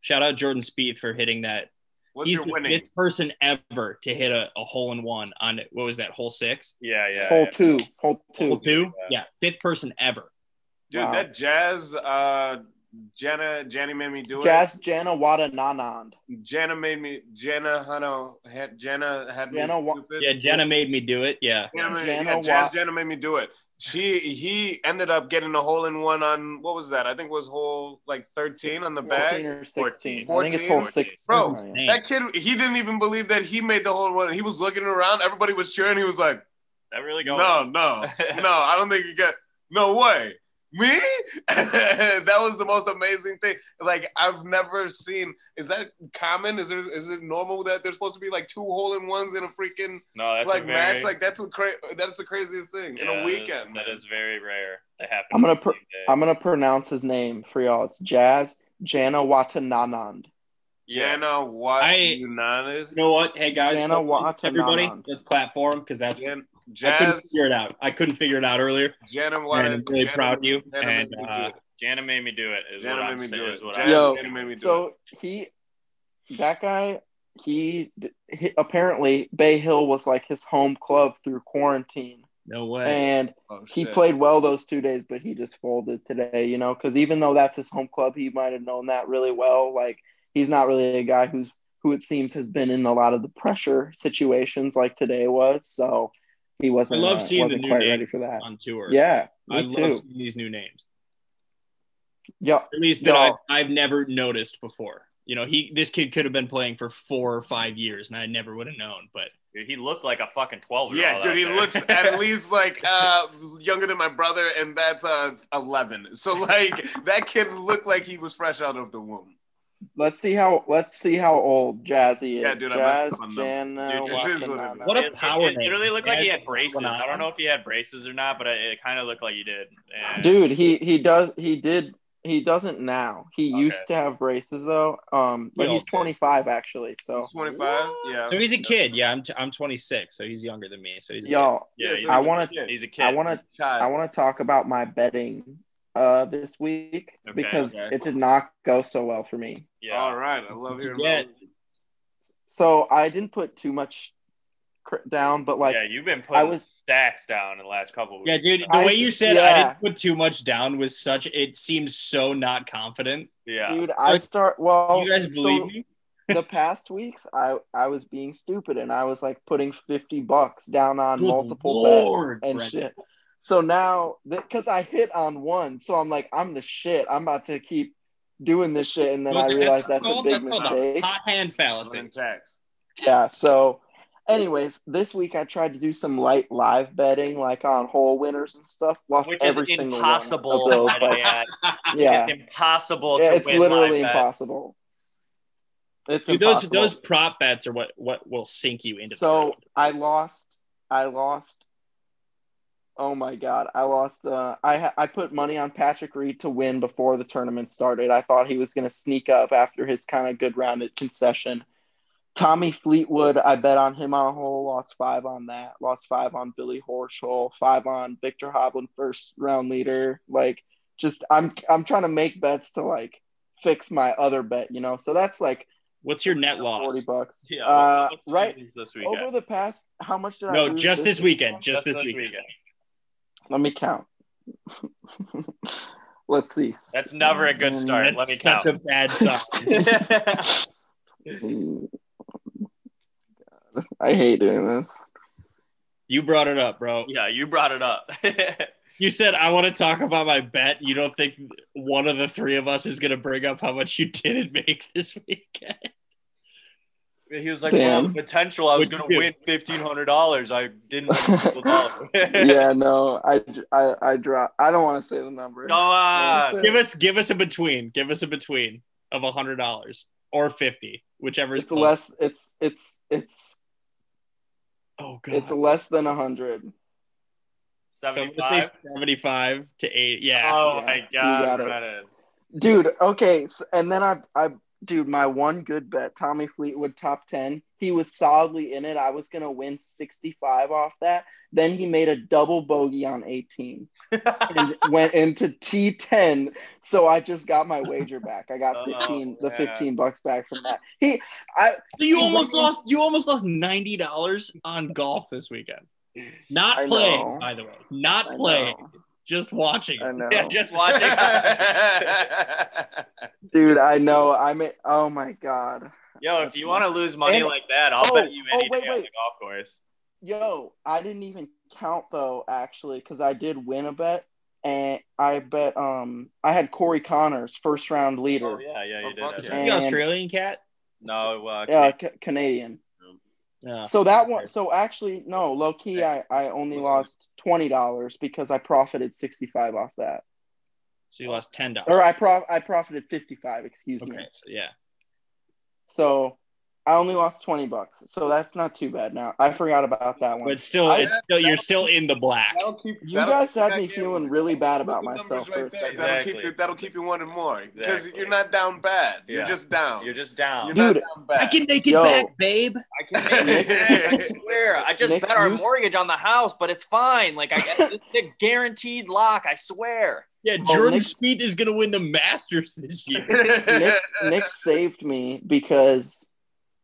shout out jordan speed for hitting that
What's
he's
your
the
winning?
fifth person ever to hit a, a hole in one on what was that hole six
Yeah, yeah.
hole
yeah.
two hole two
hole two yeah fifth person ever
Dude,
Wow.
that Jazz uh Jenna, Jenny made me do it.
Jazz Jana Wada Nanand.
Jenna made me. Jenna Hano had Jenna had
Jenna
me.
wa-
stupid.
Yeah, Jenna made me do it. Yeah.
Jenna, made-
Jenna
yeah,
wa-
Jazz Jenna made me do it. She he ended up getting a hole in one on what was that? I think it was hole like thirteen on the
14
bag.
or 16. I think it's
14.
whole six.
Bro,
Oh, yeah.
Dang.
That kid, he didn't even believe that he made the hole in one. He was looking around. Everybody was cheering. He was like,
That really goes.
"No, no, no! I don't think you get. No way." Me? that was the most amazing thing. Like I've never seen. Is that common? Is there? Is it normal that there's supposed to be like two hole in ones in a freaking
no, that's
like
a very,
match, like that's a cra- that's the craziest thing in
yeah,
a
that is-
weekend.
That
man.
is very rare. That happens.
I'm gonna pr-
every day.
I'm gonna pronounce his name for y'all. It's Jazz Jana Watananand.
Yeah.
Jana Wat
I-
United.
You know what? Hey guys,
Jenna Watanana.
everybody, let's clap for him because that's
Jan-
I couldn't
Jazz
figure it out. I couldn't figure it out earlier.
Jana Wat.
And I'm really
Jana-
proud of you.
Jana
and
made me do
uh,
it.
Jana made me do it. Is
Jana
what
made
I'm
me do
saying,
it.
is what
Jana
Yo,
I'm saying.
made me do it.
So he, that guy, he, he apparently Bay Hill was like his home club through quarantine,
no way.
and
Oh,
he
shit.
played well those two days, but he just folded today. You know, because even though that's his home club, he might have known that really well. Like he's not really a guy who's who it seems has been in a lot of the pressure situations like today was. So he
I
wasn't.
love
uh,
seeing the
wasn't
new
quite ready
names
for that.
on tour.
Yeah, me
I love
too.
seeing these new names.
Yeah,
At least that
No.
I've, I've never noticed before. You know, he this kid could have been playing for four or five years, and I never would have known. But
Dude, he looked like a fucking twelve year
Yeah,
old.
dude, he looks at least like uh, younger than my brother, and that's uh, 11. So, like, that kid looked like he was fresh out of the womb.
Let's see how let's see how old Jazzy is.
Yeah, dude, I
Jazz
messed up on
Jana
Dude, it
is what it
Watanabe.
is.
What a
It-
power
It, it
name.
really looked like he had braces.
When I-
I don't know if he had braces or not, but it, it kind of looked like he did. And
Dude, he he does he did he doesn't now. He
Okay.
used to have braces though. Um, but
Yeah,
he's
okay.
25 actually. So
He's 25. Yeah.
so he's a kid. Yeah, I'm, t- I'm 26, so he's younger than me. So he's
y'all,
yeah,
Yeah,
he's,
so
I
a-
want to
kid.
he's a kid.
I want to I
Child.
want to talk about my betting uh this week
Okay,
because
okay.
it did not go so well for me.
yeah.
All right. I love
What'd you
your
get?
So I didn't put too much cr- down, but like
yeah, you've been putting
was-
stacks down in the last couple of weeks.
Yeah, dude. The
I-
way you said I
yeah.
didn't put too much down was such. It seems so not confident.
Yeah.
dude, I start well.
you guys
Oh, so-
believe me?
the past weeks I I was being stupid and I was like putting 50 bucks down on
Good
multiple
Lord,
bets and
Brent.
shit. So now cuz I hit on one, so I'm like I'm the shit. I'm about to keep doing this shit and then I
Okay,
realized
that's
that's a
called-
big
that's called
mistake.
Hot hand fallacy.
Running tax.
Yeah, so anyways, this week I tried to do some light live betting like on whole winners and stuff. Lost
Which is
every single one of
impossible.
those,
I
like,
may add.
yeah.
It's impossible to
Yeah, it's
win
literally
live bets.
impossible. It's
Dude, those
impossible.
those prop bets are what what will sink you into. the
so
ground.
I lost. I lost. Oh my god! I lost. Uh, I ha- I put money on Patrick Reed to win before the tournament started. I thought he was going to sneak up after his kind of good round at concession. Tommy Fleetwood, I bet on him on a hole, lost five on that, lost five on Billy Horschel, five on Victor Hovland, first round leader. Like, just I'm I'm trying to make bets to like fix my other bet, you know. So that's like
what's your net
forty
loss?
bucks.
Yeah.
Uh,
what- what
right
is This weekend?
over the past, how much did I?
No,
lose
just this weekend. Just
Just
this
this
weekend.
weekend.
Let me count. Let's see.
That's never a good start. Let me
That's
count.
such a bad sign.
I hate doing this.
you brought it up, bro.
yeah, you brought it up.
You said I want to talk about my bet. You don't think one of the three of us is going to bring up how much you didn't make this weekend?
he was like,
Damn.
well, the potential, I was
What'd
going
you
to
do?
win $1,500. I didn't win $1,500.
yeah, no, I, I, I drop. I don't want to say the number.
Come on.
Give us give us a between. Give us a between of a hundred dollars or fifty, whichever is
It's
close.
less. It's it's it's
oh god.
it's less than a hundred.
so I'm gonna
75.
say seventy-five to eight. Yeah.
Oh
Yeah,
my
you
god,
got it.
Brennan.
dude okay s and then i i dude my one good bet tommy fleetwood top 10 he was solidly in it i was gonna win 65 off that then he made a double bogey on 18 and went into t10 so i just got my wager back i got
Oh,
15 the
man.
15 bucks back from that he i
So you almost lost. You almost lost ninety dollars on golf this weekend. Not
I
playing,
know.
by the way. Not
I
playing.
know.
just watching.
I know.
Yeah, just watching.
Dude, I know. I mean, oh my God.
Yo, if you want to lose money
And-
like that, I'll
oh,
bet you any
oh, wait,
day on the
wait.
golf course.
Yo, I didn't even count though, actually, because I did win a bet. And I bet um I had Corey Connors first round leader.
Oh, yeah, yeah,
Oh,
you did.
fuck
that's
yeah.
right.
And-
the Australian cat.
No, uh,
Yeah, ca- Canadian.
Uh,
So that one. So actually, no, low key, I, I only lost twenty dollars because I profited sixty five off that,
So you lost ten dollars.
or I prof I profited fifty five. Excuse
Okay.
me.
So yeah.
So I only lost twenty bucks. So that's not too bad. Now I forgot about that one.
But still,
I-
it's still you're still in the black.
That'll keep
You
that'll-
guys had me
goddamn
feeling
right.
really bad
Look
about
at the numbers
myself.
right
for a
there.
second.
That'll keep
Exactly.
you. That'll keep you wanting more because
Exactly.
you're not down bad. You're
Yeah.
just down.
You're just down.
You're
Dude,
not down bad.
make
it Yo. back,
babe.
I can
Hey, I swear, I just
Nick,
bet our
you s-
mortgage on the house, but it's fine. Like I got the guaranteed lock. I swear.
Yeah,
Oh,
Jordan
Nick's-
Speed is gonna win the Masters this year.
Nick, Nick saved me because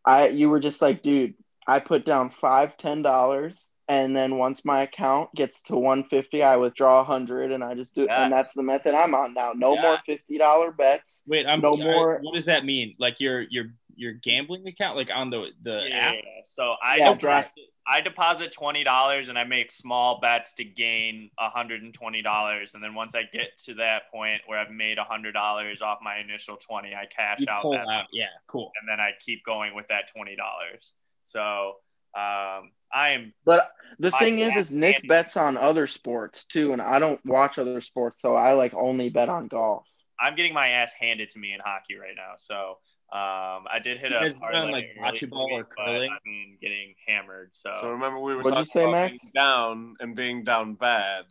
I you were just like, dude, I put down five, ten dollars, and then once my account gets to one fifty, I withdraw a hundred and I just do
Yes.
and that's the method I'm on now. No
Yeah.
more fifty dollar bets.
Wait, I'm
No
I-
more-
What does that mean? Like your your your gambling account, like on the the
Yeah.
app?
So I
Yeah,
deposit,
draft
I deposit twenty dollars and I make small bets to gain hundred and twenty dollars, and then once I get to that point where I've made hundred dollars off my initial twenty, I cash
You
out
pull
that,
out. Yeah, cool.
and then I keep going with that twenty dollars. So um, I am
But the
I
thing is,
can't
is Nick
stand-
bets on other sports too, and I don't watch other sports, so I like only bet on golf.
I'm getting my ass handed to me in hockey right now. So um, I did hit
You
a
guys bet on,
parlay
like,
early
bocce ball or
week, but
curling?
I mean, getting hammered. So,
So remember we were
What'd you
talking
say,
about
Max?
being down and being down bad.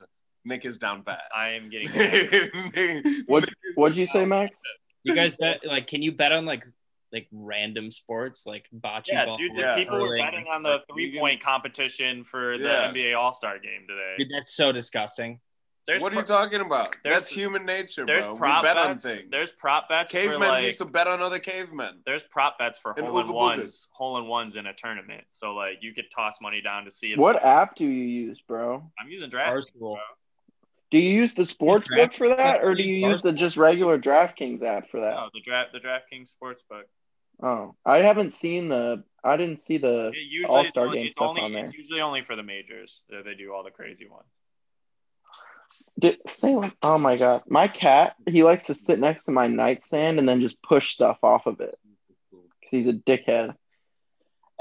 Nick is down bad.
I am getting. hammered.
Nick-
What-
Nick is
What'd you
down
say, Max?
You guys bet like can you bet on like like random sports like bocce
yeah,
ball?
dude, the
Yeah.
people were
curling?
betting on the three point competition for the
Yeah.
NBA All Star game today.
Dude, that's so disgusting.
There's
what are you
pro-
talking about?
there's-
That's human nature,
There's
bro.
prop
we bet
bets.
on things.
There's prop bets for
cavemen
like.
used to bet on other cavemen.
There's prop bets for
And
hole in
Ooga Boogas.
ones, hole in ones in a tournament. So like you could toss money down to see if
What app do you use, bro?
I'm using draft.
Barstool.
Do you use the sports book for that, or do you
Barstool.
use the just regular DraftKings app for that?
No, the draft, the DraftKings sportsbook.
Oh, I haven't seen the. I didn't see the.
It usually
All-Star
it's only-
game
it's
stuff
only,
on there.
It's usually only for the majors. They, they do all the crazy ones.
Did, Salem. Oh my god, my cat. He likes to sit next to my nightstand and then just push stuff off of it because he's a dickhead.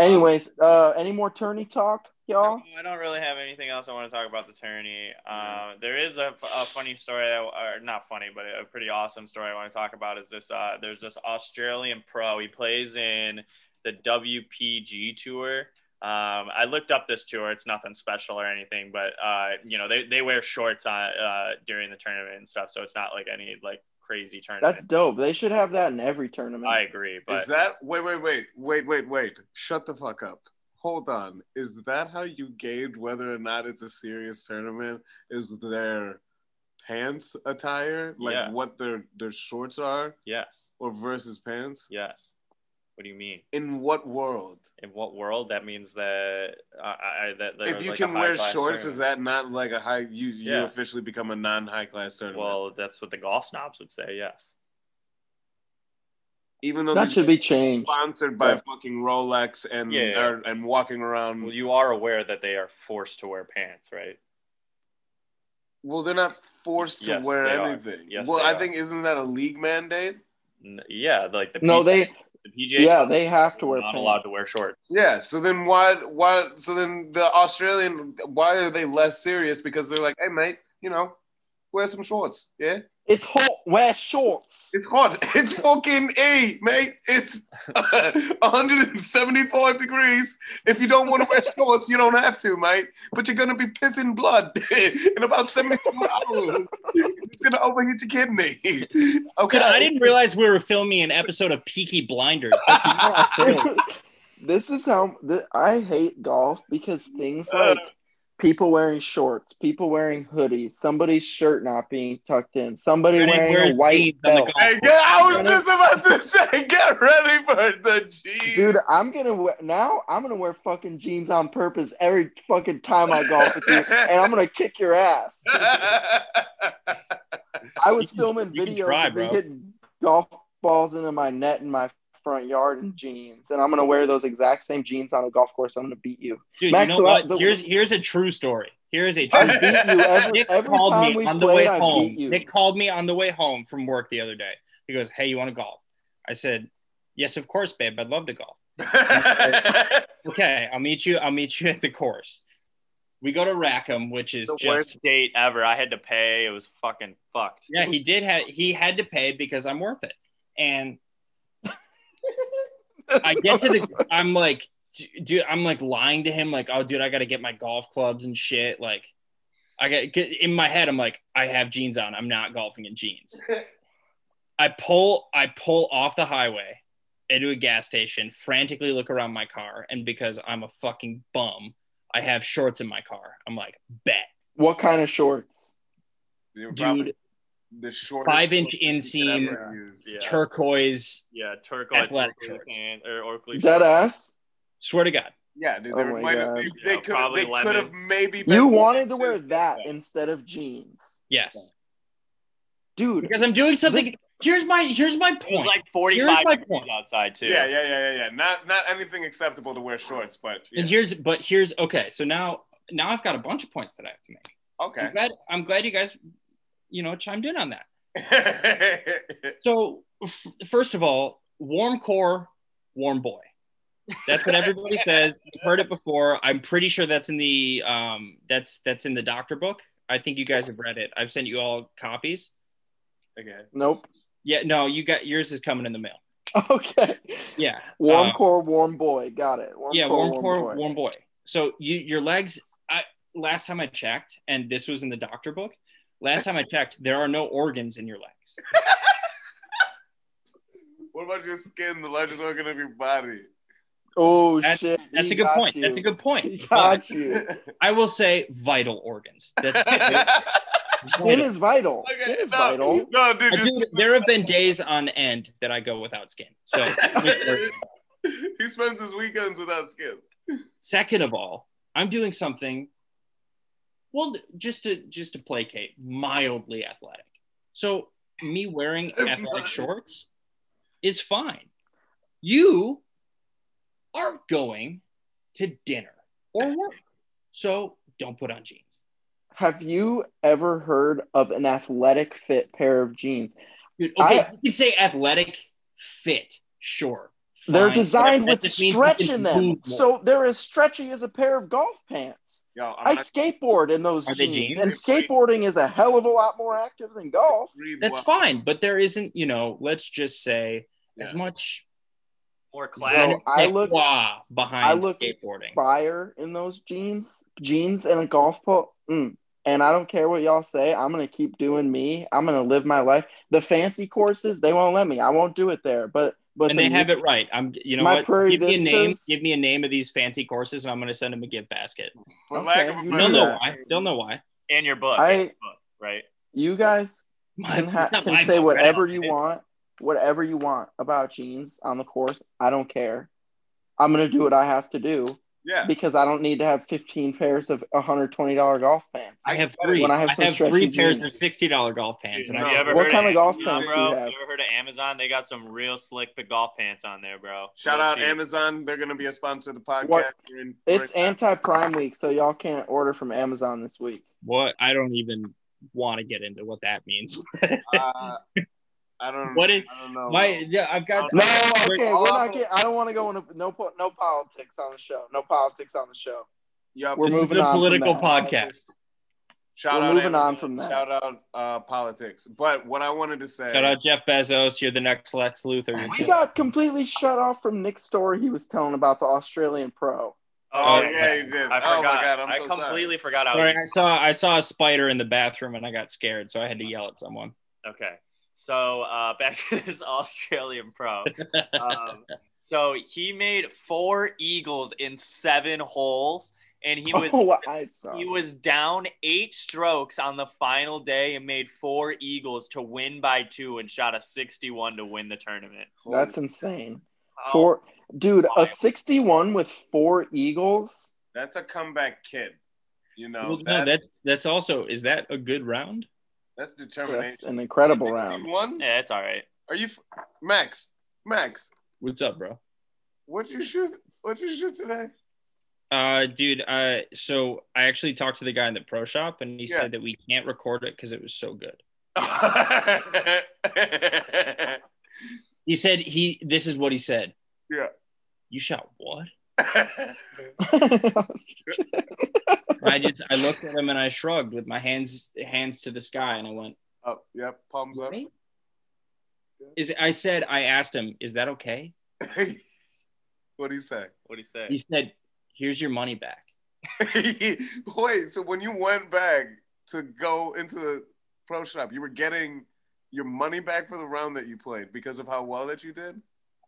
Anyways, uh, any more tourney talk, y'all?
No, I don't really have anything else I want to talk about the tourney. Uh, there is a, a funny story, that, or not funny, but a pretty awesome story I want to talk about. Is this? Uh, there's this Australian pro. He plays in the WPG tour. Um, I looked up this tour. It's nothing special or anything, but uh, you know they, they wear shorts on uh, during the tournament and stuff, so it's not like any like crazy tournament.
That's dope. They should have that in every tournament.
I agree, but
Is that wait, wait, wait, wait, wait, wait. Shut the fuck up. Hold on. Is that how you gauge whether or not it's a serious tournament? Is their pants attire? Like
Yeah.
what their their shorts are
yes,
or versus pants?
yes. What do you mean?
In what world?
In what world? That means that I, I that there
if
was,
you
like, a
can wear
high-class
shorts,
tournament.
is that not like a high you you
Yeah.
officially become a non high class tournament?
Well, that's what the golf snobs would say. Yes.
even though
that
these
should be changed.
sponsored by
Yeah.
fucking Rolex and
Yeah, yeah, yeah.
or- and walking around
Well, you are aware that they are forced to wear pants, right?
Well, they're not forced to
Yes,
wear
they are.
anything.
Yes,
well,
they
I
are.
think isn't that a league mandate?
N- yeah, like the
No,
PGA
they.
the PGA
Yeah,
Tour,
they have to
they're
wear.
not
pants.
allowed to wear shorts.
Yeah. So then why why so then the Australian why are they less serious? Because they're like, hey mate, you know, wear some shorts. Yeah.
It's hot. Wear shorts.
It's hot. It's fucking E, mate. It's 175 degrees. If you don't want to wear shorts, you don't have to, mate. But you're gonna be pissing blood in about 72 hours. It's gonna overheat your kidney. Okay.
Dude, I didn't realize we were filming an episode of Peaky Blinders. That's not Australian. Uh.
this is how th- I hate golf because things like people wearing shorts, people wearing hoodies, somebody's shirt not being tucked in, somebody
Ready,
wearing
where's
a white
Dean on the
belt.
golf
Hey, get, I was just about to say, get ready for the G.
Dude, I'm gonna wear, now. I'm gonna wear fucking jeans on purpose every fucking time I golf with you, and I'm gonna kick your ass. I was
You can-
filming
you can
videos
try,
of me
bro.
hitting golf balls into my net in my front yard in jeans, and I'm gonna wear those exact same jeans on a golf course. I'm gonna beat you.
Dude,
Max,
you
so
know
I-
what?
the-
here's here's a true story. Here is a
I beat
true story.
you every,
Nick
every
called
time we
me on the
played.
way
I
home.
beat you.
Nick called me on the way home from work the other day. He goes, "Hey, you want to golf?" I said, "Yes, of course, babe. I'd love to golf." Okay, I'll meet you. I'll meet you at the course. We go to Rackham, which is
the
just
worst date ever. I had to pay. It was fucking fucked.
yeah. He did have he had to pay because I'm worth it, and I get to the I'm like, d- dude, I'm like lying to him, like, oh, dude, I got to get my golf clubs and shit, like. I got get- in my head. I'm like, I have jeans on. I'm not golfing in jeans. I pull I pull off the highway into a gas station, frantically look around my car, and because I'm a fucking bum, I have shorts in my car. I'm like, bet,
What kind of shorts?
You're probably
dude,
the shortest
five-inch
shorts you could
inseam.
ever use.
Yeah.
turquoise.
yeah. Turkle
Athletic
Oakley
shorts.
can- or Oakley
Dead ass.
Swear to God,
Yeah, dude, they,
Oh my
might have,
God.
they,
Yeah,
could have
probably
they could have
lemons.
maybe
You
been-
wanted to wear that instead of jeans,
yes,
dude.
because I'm doing something. Here's my here's my
It was
point.
like
Here's
45
my
degrees
point.
outside too.
Yeah, yeah, yeah, yeah, yeah. Not not anything acceptable to wear shorts, but yeah.
And here's but here's okay. So now now I've got a bunch of points that I have to make.
okay.
I'm glad I'm glad you guys, you know, chimed in on that.
yeah,
So, f- first of all, warm core, warm boy. That's what everybody says. You've heard it before. I'm pretty sure that's in the um, that's that's in the doctor book. I think you guys have read it. I've sent you all copies.
Nope.
Yeah, no, you got yours is coming in the mail.
Okay.
Yeah,
Warm
Uh,
core, warm boy. Got it. Warm
yeah,
core,
warm core,
boy.
warm boy. So you your legs. I last time I checked, and this was in the doctor book. Last time I checked, there are no organs in your legs.
Oh,
What about your skin, the largest organ of your body?
Oh
That's,
shit.
that's
he
a good
got
point.
you.
That's a good
He
point. But
got you.
I will say vital organs. That's
Skin is vital.
Okay,
Skin is
no,
vital.
No, dude,
Uh,
just-
dude, there have been days on end that I go without skin. So,
he spends his weekends without skin.
second of all, I'm doing something. Well, just to just to placate, mildly athletic. So me wearing athletic shorts is fine. You aren't going to dinner or work, so don't put on jeans.
Have you ever heard of an athletic fit pair of jeans?
Dude, okay,
I-
you can say athletic fit, sure.
They're
fine,
designed
but
with
that just means you
stretch
can
in them.
move more.
So they're as stretchy as a pair of golf pants.
Yo, I'm
I
not
skateboard in those
Are they
jeans,
jeans?
and skateboarding is a hell of a lot more active than golf.
read
That's
one.
fine, but there isn't, you know, let's just say as
Yeah.
much
More class.
So I look,
qua behind
I look
skateboarding.
fire in those jeans, jeans and a golf pole. Mm. And I don't care what y'all say. I'm gonna keep doing me. I'm gonna live my life. The fancy courses, they won't let me. I won't do it there. But but
And
the
they have it right. I'm, you know,
My
what?
Prairie
Give me a name.
Vistas-
Give me a name of these fancy courses, and I'm going to send them a gift basket.
For
Okay,
lack of a
you
They'll
better
know
Yeah.
why. They'll know why.
And your book.
I-
and your book, right?
you guys
My-
can, ha-
it's not
can
my
say
fault, right?
whatever you
It-
want, whatever you want about jeans on the course. I don't care. I'm gonna do what I have to do
Yeah.
because I don't need to have 15 pairs of 120 dollar golf pants.
I have three.
When I
I
have
have,
some
three
stretchy
pairs
jeans.
of sixty dollar golf pants,
Dude,
and
you
I
ever
What
heard
kind of golf
Amazon,
pants
bro?
you have?
ever heard of Amazon? They got some real slick big golf pants on there, bro.
Shout
Real
out
cheap.
Amazon. They're gonna be a sponsor of the podcast.
What?
We're in- we're
It's anti Prime Week, so y'all can't order from Amazon this week.
what I don't even want to get into what that means.
in- uh, I don't.
What is-
I don't know.
My, yeah, I've got.
No, okay,
all
we're not
of-
getting. I don't want to go into no po- no politics on the show. No politics on the show.
Yup.
We're
This is
moving
the
on from
political
that.
podcast.
Shout
We're
out
moving
Amazon,
on from that.
Shout out uh, politics. But what I wanted to say,
Shout out Jeff Bezos. You're the next Lex Luthor. You're
We
killing-
got completely shut off from Nick's story he was telling about the Australian pro.
oh,
Oh, yeah.
yeah, you did.
I
Oh
forgot.
my god, I'm
I
so
completely forgot. I was
Sorry, I saw I saw a spider in the bathroom and I got scared, so I had to yell at someone.
Okay. So uh, back to this Australian pro. Um, so he made four eagles in seven holes, and he was
oh, I saw.
he was down eight strokes on the final day and made four eagles to win by two and shot a 61 to win the tournament.
That's insane.
How-
Four, dude, a
wild.
61 with four eagles.
That's a comeback kid.
you
Well,
know
no,
that,
that's that's also is that a good round?
that's
That's
determination.
an incredible round.
One?
Yeah, it's all right.
Are you f- Max? Max,
What's up, bro?
what you shoot? What you shoot today?
Uh, dude. Uh, so I actually talked to the guy in the pro shop, and he
Yeah.
said that we can't record it because it was so good. He said he. This is what he said.
Yeah.
You shot what?
That's
And I just I looked at him and I shrugged with my hands hands to the sky and I went.
up, Oh, yep, palms up.
Right? Is I said I asked him, is that okay?
what do you say?
What do you say?
He said, here's your money back.
Wait, so when you went back to go into the pro shop, you were getting your money back for the round that you played because of how well that you did?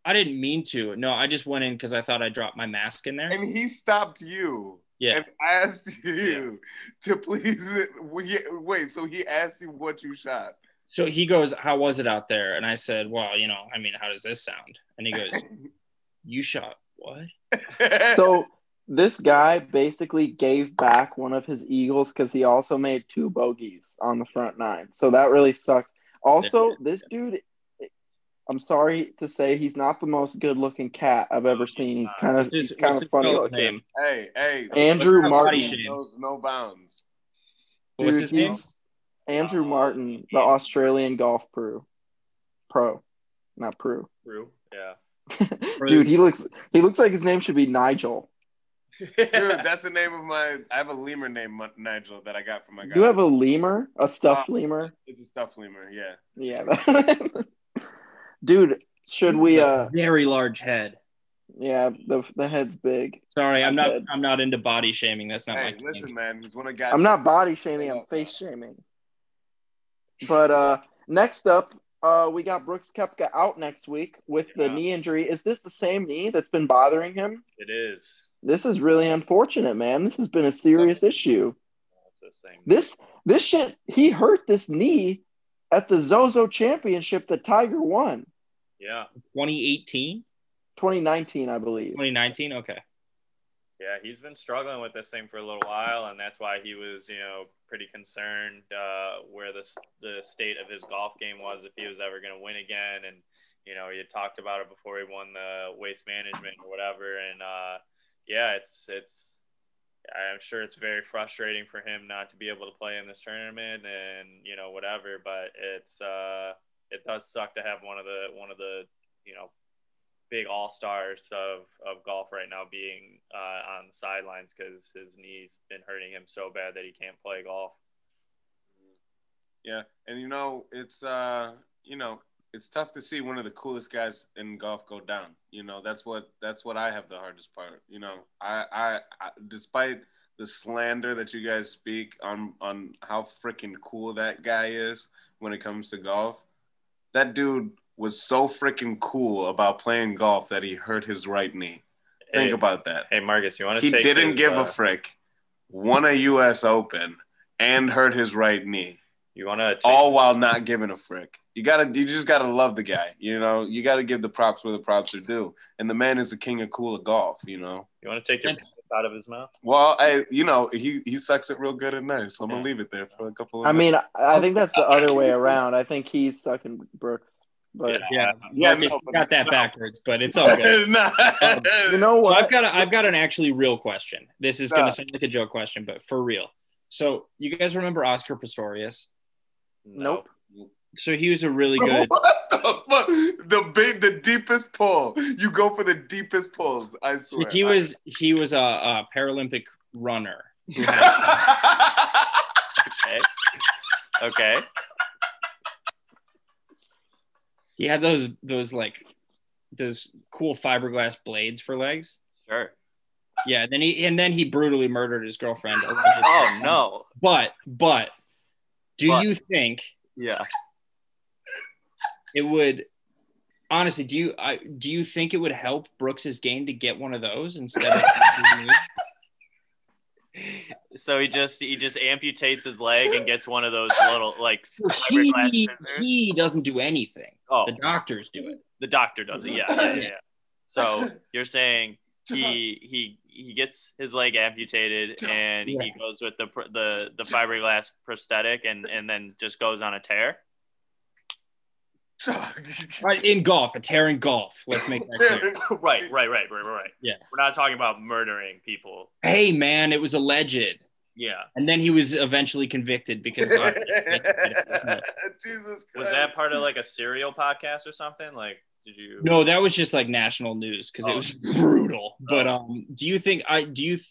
I didn't mean to. No, I just went in because I thought I dropped my mask in there.
And he stopped you
Yeah.
and asked you to please. Wait, wait, so he asked you what you shot.
So he goes, How was it out there? And I said, Well, you know, I mean, how does this sound? And he goes, You shot what?
so this guy basically gave back one of his eagles because he also made two bogeys on the front nine. So that really sucks. Also, this dude, I'm sorry to say, he's not the most good-looking cat I've ever seen. He's kind of he's
Just
kind
what's
of
the
funny
fella's
looking.
name?
hey, hey,
Andrew
What's that body
Martin.
shape?
knows no bounds.
Dude,
What's his name?
he's Andrew
Oh,
Martin, the
Andrew.
Australian golf pro. Pro. Not Prue.
True. Yeah.
Dude, he looks he looks like his name should be Nigel.
Dude, that's the name of my. I have a lemur named Mon- Nigel that I got from my guy.
You have a lemur, a stuffed lemur.
It's a stuffed lemur, yeah.
Yeah. Dude, should we uh
very large head.
yeah, the the head's big.
Sorry, I'm not
Head.
I'm not into body shaming. That's not
Hey,
my
listen,
thing.
man. He's one of guys.
I'm not body shaming, I'm face shaming. But uh next up, uh we got Brooks Kepka out next week with the
Yeah.
knee injury. Is this the same knee that's been bothering him?
It is.
This is really unfortunate, man. This has been a serious issue.
It's the same.
This this shit he hurt this knee at the Zozo Championship that Tiger won.
Yeah.
2018,
2019, I believe.
2019. Okay.
Yeah, he's been struggling with this thing for a little while, and that's why he was, you know, pretty concerned uh, where the s- the state of his golf game was if he was ever going to win again. And you know, he had talked about it before he won the waste management or whatever. And uh, yeah, it's it's I'm sure it's very frustrating for him not to be able to play in this tournament and you know whatever. But it's uh, it does suck to have one of the one of the you know big all stars of, of golf right now being uh, on the sidelines because his knee's been hurting him so bad that he can't play golf.
Yeah, and you know, it's uh, you know, it's tough to see one of the coolest guys in golf go down. You know, that's what that's what I have the hardest part. You know, I I, I despite the slander that you guys speak on on how freaking cool that guy is when it comes to golf, that dude was so freaking cool about playing golf that he hurt his right knee. Think
hey,
about that.
hey, Marcus, you want to
He
take?
didn't
his,
give
uh,
a frick, won a U.S. Open, and hurt his right knee
you want to?
all while not giving a frick. You gotta, you just gotta love the guy. You know, you gotta give the props where the props are due. And the man is the king of cool of golf. You know,
You want to take your
That's-
out of his mouth?
well, I, you know, he he sucks it real good and nice. So I'm gonna
Yeah.
leave it there for a couple. Of
I mean, I- I think that's the other way around. I think he's sucking Brooks. But
Yeah.
Yeah,
Marcus,
no,
you got that backwards, but it's all good.
minutes. Nah.
um, you know
So I've
what?
got a, I've got an actually real question. This is going
Yeah.
to sound like a joke question, but for real. So you guys remember Oscar Pistorius?
Nope.
So he was a really good.
What the fuck? The big, the deepest pull. You go for the deepest pulls. I swear.
He was he was a, a Paralympic runner.
Okay. okay.
He had those those like those cool fiberglass blades for legs.
Sure.
Yeah. Then he and then he brutally murdered his girlfriend.
Oh no.
But but do
But.
you think
Yeah.
it would? Honestly, do you I, do you think it would help Brooks's game to get one of those instead of?
so he just he just amputates his leg and gets one of those little like fiberglass
he,
scissors.
he doesn't do anything.
Oh,
The doctors do it.
the doctor does it. Yeah, yeah, yeah. yeah. So you're saying he he he gets his leg amputated and he goes with the pr- the the fiberglass prosthetic and and then just goes on a tear.
Right, Uh, in golf, a tear in golf. Let's make that clear.
Right, right, right, right, right.
Yeah.
We're not talking about murdering people.
Hey man, it was alleged.
Yeah.
And then he was eventually convicted because I,
Jesus Christ.
Was that part of like a serial podcast or something? Like, did you?
no, that was just like national news because it was
Oh.
brutal. But um, do you think I do you th-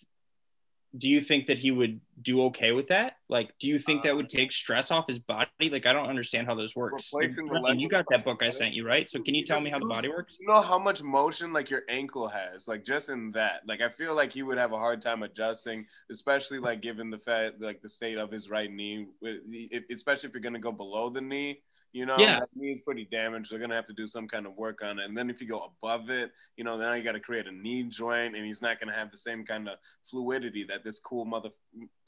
do you think that he would do okay with that? Like, do you think that would take stress off his body? Like, I don't understand how this works.
Replacing the leg
You
with
got that book I
prosthetic?
sent you, right? So can you tell me how the body works?
You know how much motion like your ankle has, like just in that. Like I feel like he would have a hard time adjusting, especially like given the fact like the state of his right knee, with- if- especially if you're gonna go below the knee. You know,
Yeah.
that knee's pretty damaged. They're gonna have to do some kind of work on it. And then if you go above it, you know, now you got to create a knee joint, and he's not gonna have the same kind of fluidity that this cool mother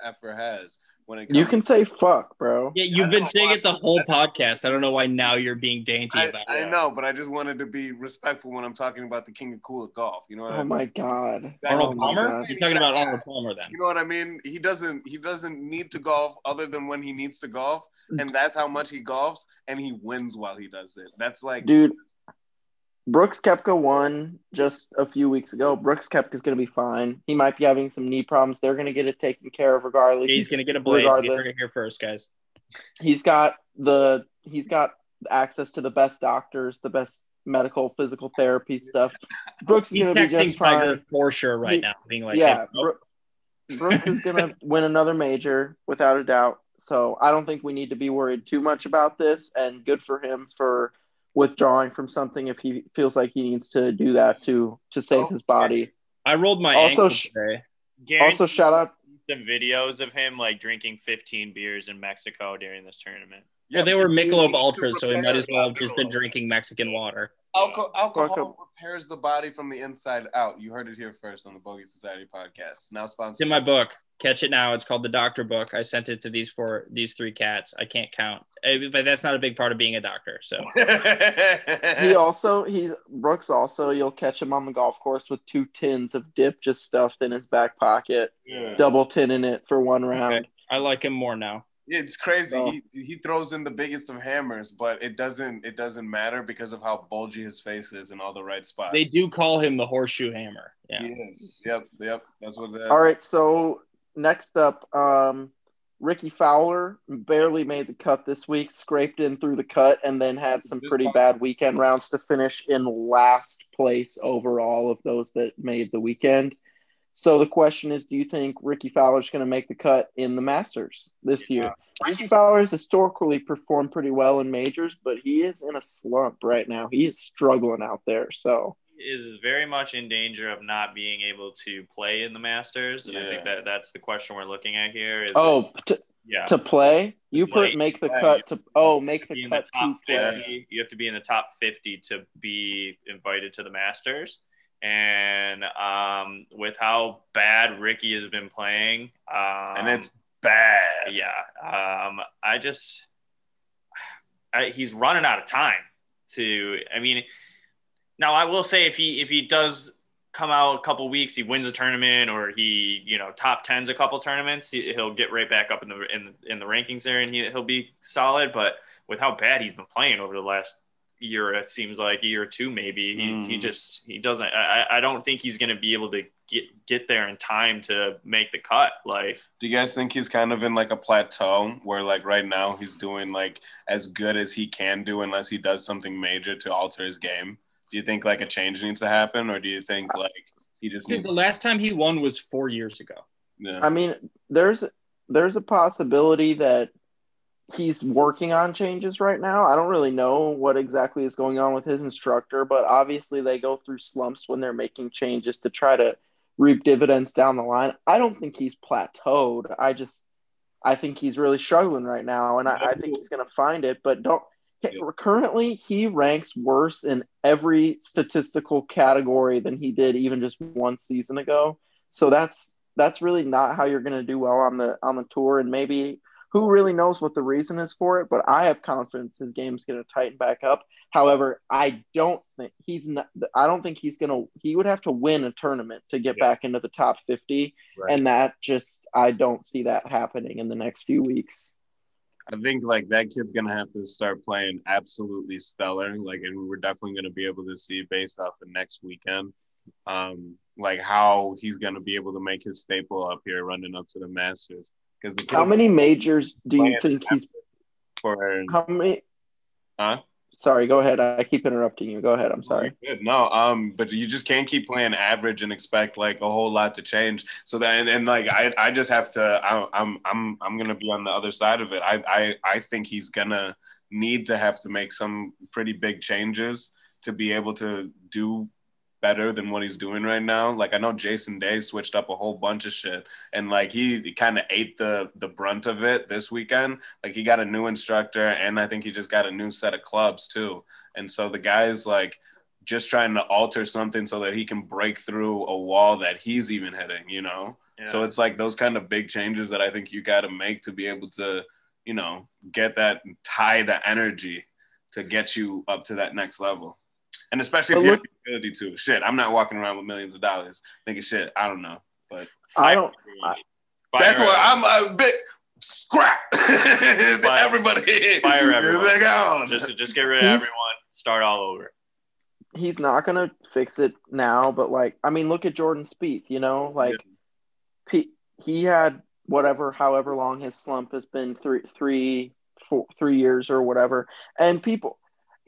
effer has when it comes.
You can say fuck, bro.
Yeah,
I
you've been
don't
saying
want-
it the whole podcast. I don't know why now you're being dainty
I,
about it.
I know, but I just wanted to be respectful when I'm talking about the king of cool of golf. You know what I
Oh
mean?
my god.
Arnold
Oh my
Palmer?
God.
You're talking about Arnold Palmer then.
You know what I mean? He doesn't he doesn't need to golf other than when he needs to golf,
Mm.
and that's how much he golfs, and he wins while he does it. That's like
Dude, Brooks Kepka won just a few weeks ago. Brooks Kepka's going to be fine. He might be having some knee problems. They're going to get it taken care of regardless.
He's gonna get a blade. You heard
regardless.
it here first, guys.
he's got the he's got access to the best doctors, the best medical physical therapy stuff. Brooks is
He's
going to be
texting
just fine.
Tiger for sure right
He-
now, being like,
yeah,
"Hey, bro,
Bro- Brooks is gonna win another major without a doubt. So I don't think we need to be worried too much about this. And good for him for withdrawing from something if he feels like he needs to do that to to save
Oh,
his body.
I rolled my
Also
ankle
sh-
today.
Guaranteed
Also, shout out.
some videos of him like drinking 15 beers in Mexico during this tournament.
yeah,
well, they were
but you
Michelob
need to
Ultras, so he might as
prepare.
well have just been drinking Mexican water.
Alco- alcohol
Alco-
repairs the body from the inside out. You heard it here first on the Bogey Society podcast. Now
It's in
sponsored.
my book. Catch it now. It's called the Doctor Book. I sent it to these four, these three cats. I can't count, Eh, but that's not a big part of being a doctor. So
He also he Brooks also you'll catch him on the golf course with two tins of dip just stuffed in his back pocket,
yeah.
double tin in it for one round.
Okay. I like him more now.
It's crazy.
Oh.
He, he throws in the biggest of hammers, but it doesn't it doesn't matter because of how bulgy his face is in all the right spots.
They do call him the horseshoe hammer. Yeah.
Yes. Yep. Yep. That's what. That,
All right, so next up, um, Ricky Fowler barely made the cut this week, scraped in through the cut, and then had some pretty bad weekend rounds to finish in last place overall of those that made the weekend. So the question is, do you think Ricky Fowler's going to make the cut in the Masters this year? Ricky Fowler has historically performed pretty well in majors, but he is in a slump right now. He is struggling out there. So
is very much in danger of not being able to play in the Masters, and I think
Yeah.
that that's the question we're looking at here. Is
oh, t-
yeah,
to play. You
play.
put make the
Yeah,
cut to oh make
be
the
in the
cut to
top
play.
fifty. You have to be in the top fifty to be invited to the Masters. And um, with how bad Ricky has been playing, um,
and it's bad.
yeah, um, I just I, he's running out of time. To I mean, now I will say if he if he does come out a couple weeks, he wins a tournament or he you know top tens a couple tournaments, he, he'll get right back up in the in the, in the rankings there and he he'll be solid. But with how bad he's been playing over the last year, it seems like year or two maybe he, he
Mm.
just he doesn't. I, I- I don't think he's going to be able to get get there in time to make the cut. Like.
Do you guys think he's kind of in like a plateau where like right now he's doing like as good as he can do unless he does something major to alter his game? Do you think like a change needs to happen, or do you think like he just
Dude,
needs?
the last time he won was four years ago.
I
Yeah.
mean, there's there's a possibility that he's working on changes right now. I don't really know what exactly is going on with his instructor, but obviously they go through slumps when they're making changes to try to reap dividends down the line. I don't think he's plateaued. I just I think he's really struggling right now, and I, I think he's going to find it. But don't currently he ranks worse in every statistical category than he did even just one season ago. So that's that's really not how you're going to do well on the on the tour and maybe who really knows what the reason is for it but i have confidence his game's going to tighten back up however i don't think he's not i don't think he's going to he would have to win a tournament to get back into the top 50
Right.
and that just i don't see that happening in the next few weeks
I think like that kid's gonna have to start playing absolutely stellar. Like, and we're definitely gonna be able to see based off the next weekend, um, like how he's gonna be able to make his staple up here running up to the Masters. Because
how many majors do you think he's
for?
how many
Huh?
sorry go ahead i keep interrupting you go ahead i'm sorry
Good. No, um, but you just can't keep playing average and expect like a whole lot to change. So that and, and like I, I just have to. I, I'm, I'm, I'm gonna be on the other side of it. I, I, I think he's gonna need to have to make some pretty big changes to be able to do better than what he's doing right now. Like I know Jason Day switched up a whole bunch of shit and like he kind of ate the the brunt of it this weekend. Like he got a new instructor and I think he just got a new set of clubs too. And so the guy's like just trying to alter something so that he can break through a wall that he's even hitting, you know? So it's like those kind of big changes that I think you got to make to be able to, you know, get that tie to energy to get you up to that next level. And especially
But
if you
look-
have the ability to. Shit, I'm not walking around with millions of dollars thinking shit. I don't know.
i don't
That's
Fire
where
up.
I'm a bit scrap. everybody.
Fire everyone.
They're gone.
just just get rid of
He's-
everyone. Start all over.
he's not gonna fix it now, but like I mean, look at Jordan Spieth. You know, like he he had whatever, however long his slump has been three three four three years or whatever, and people.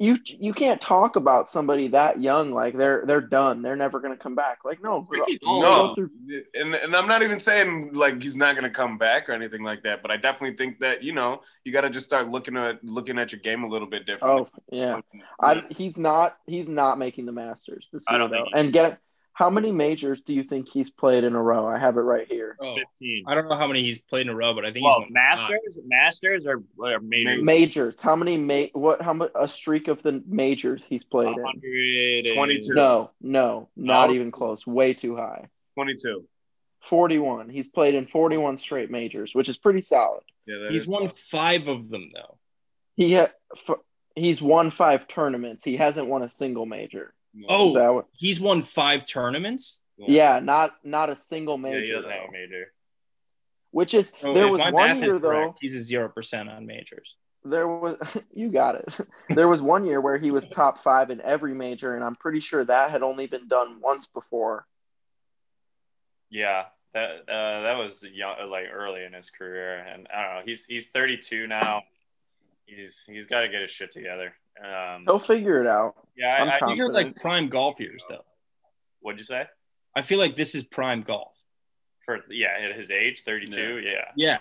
You, you can't talk about somebody that young like they're they're done they're never gonna come back like no grow-
He's
you
Oh,
old.
go
No,
through-
and, and I'm not even saying like he's not gonna come back or anything like that, but I definitely think that you know you got to just start looking at looking at your game a little bit differently.
oh yeah I, he's not he's not making the Masters this year
I don't
though
think he-
and get how many majors do you think he's played in a row I have it right here
Oh,
Fifteen.
I don't know how many he's played in a row, but I think
Well,
he's
masters, masters or, or major
Majors. How many ma- what how much a streak of the majors he's played in?
hundred Oh. and-
22.
No, no, not
No?
even close. Way too high.
22.
41. He's played in 41 straight majors, which is pretty solid.
Yeah, that
he's
is
won
tough.
five of them though.
He ha- f- he's won 5 tournaments. He hasn't won a single major.
Oh,
Is that what-
he's won five tournaments.
yeah. not not a single
Oh. Yeah,
major.
he doesn't have
though.
a major. Oh,
Which is
So
there
Oh, if
was
my
one
math is
year though
correct, he's a zero percent on majors.
there was you got it there was one year where he was top 5 in every major and I'm pretty sure that had only been done once before.
Yeah, that uh, that was young, like early in his career, and I don't know. He's he's 32 now. He's he's got to get his shit together. Um,
He'll figure it out.
yeah,
I'm
I, I,
confident.
These are like prime golf years though.
what'd you say?
I feel like this is prime golf.
For yeah, at his age, 32. Yeah,
Yeah,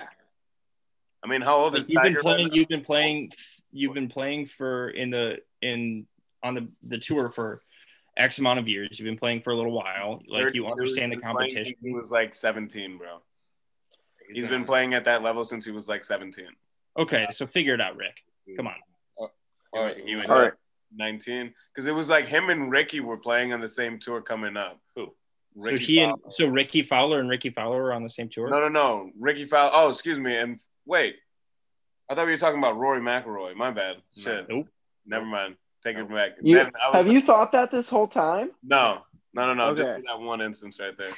I mean, how old
Like,
is
you've been
Tiger?
playing. You've been playing. You've been playing for in the in on the the tour for x amount of years. You've been playing for a little while. Like you
32,
understand the
he's been playing
competition.
since He was like 17, bro. He's been playing at that level since he was like 17.
Okay, so figure it out, Rick. Come on.
All right, he was
All right.
like 19 because it was like him and Ricky were playing on the same tour coming up. Who?
so he
Fowler.
and so Ricky Fowler and Ricky Fowler are on the same tour.
No, no, no. Ricky Fowler. Oh, excuse me. And wait, I thought we were talking about Rory McIlroy. My bad. Shit.
Nope.
Never mind. Take it back.
You-
Then I was
Have
like,
you thought that this whole time?
No, no, no, no.
Okay.
Just for that one instance right there.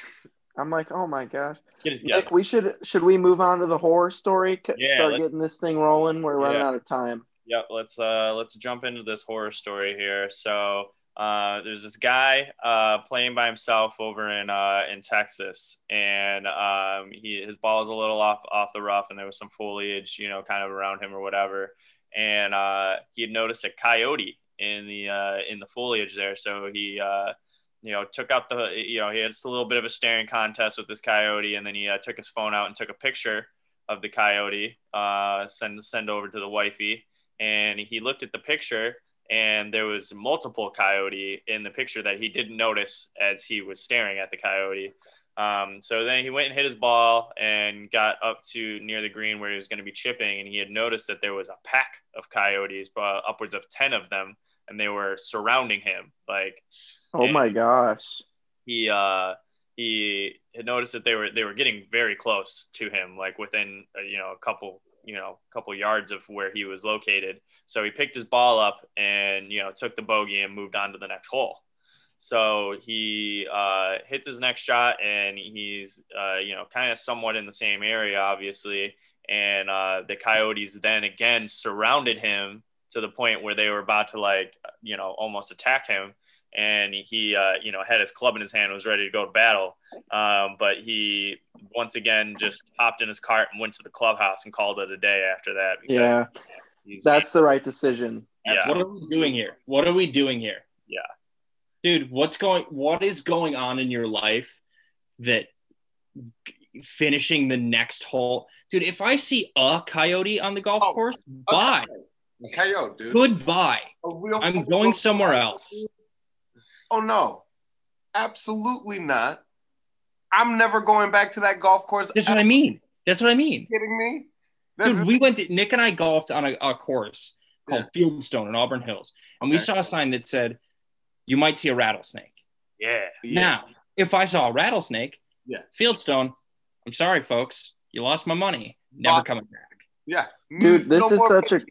I'm like, oh my gosh,
Get his-
Nick. We should should we move on to the horror story? C-
Yeah,
start
let's-
getting this thing rolling. We're running
Yeah.
out of time.
Yep, let's uh let's jump into this horror story here. So uh there's this guy uh playing by himself over in uh in Texas and um he his ball is a little off off the rough and there was some foliage, you know, kind of around him or whatever. And uh he had noticed a coyote in the uh in the foliage there. So he uh you know, took out the you know, he had just a little bit of a staring contest with this coyote and then he uh, took his phone out and took a picture of the coyote uh send send over to the wifey and he looked at the picture and there was multiple coyote in the picture that he didn't notice as he was staring at the coyote um, so then he went and hit his ball and got up to near the green where he was going to be chipping and he had noticed that there was a pack of coyotes uh, upwards of 10 of them and they were surrounding him like
Oh
Yeah.
my gosh.
he uh he he had noticed that they were they were getting very close to him, like within uh, you know a couple you know couple yards of where he was located. So he picked his ball up and you know took the bogey and moved on to the next hole. So he uh, hits his next shot and he's uh, you know kind of somewhat in the same area, obviously. And uh, the Coyotes then again surrounded him to the point where they were about to like you know almost attack him and he uh, you know had his club in his hand was ready to go to battle um, but he once again just hopped in his cart and went to the clubhouse and called it a day after that because
Yeah,
he's-
that's the right decision.
yeah,
What are we doing here? What are we doing here?
Yeah.
Dude, what's going what is going on in your life that g- finishing the next hole? Dude, if I see a coyote on the golf
Oh,
course, bye.
Coyote, dude.
Goodbye.
A real-
I'm going somewhere else.
Oh no, absolutely not. I'm never going back to that golf course.
That's
Are
what I mean. That's what I mean.
you kidding me? This
Dude,
is-
we went to, Nick and I golfed on a, a course called Fieldstone in Auburn Hills. And we
Okay.
saw a sign that said, you might see a rattlesnake.
yeah
Now, if I saw a rattlesnake,
Yeah.
Fieldstone, I'm sorry, folks, you lost my money. Never
Fuck.
coming back.
yeah,
Mm,
Dude, this
No
is
more-
such a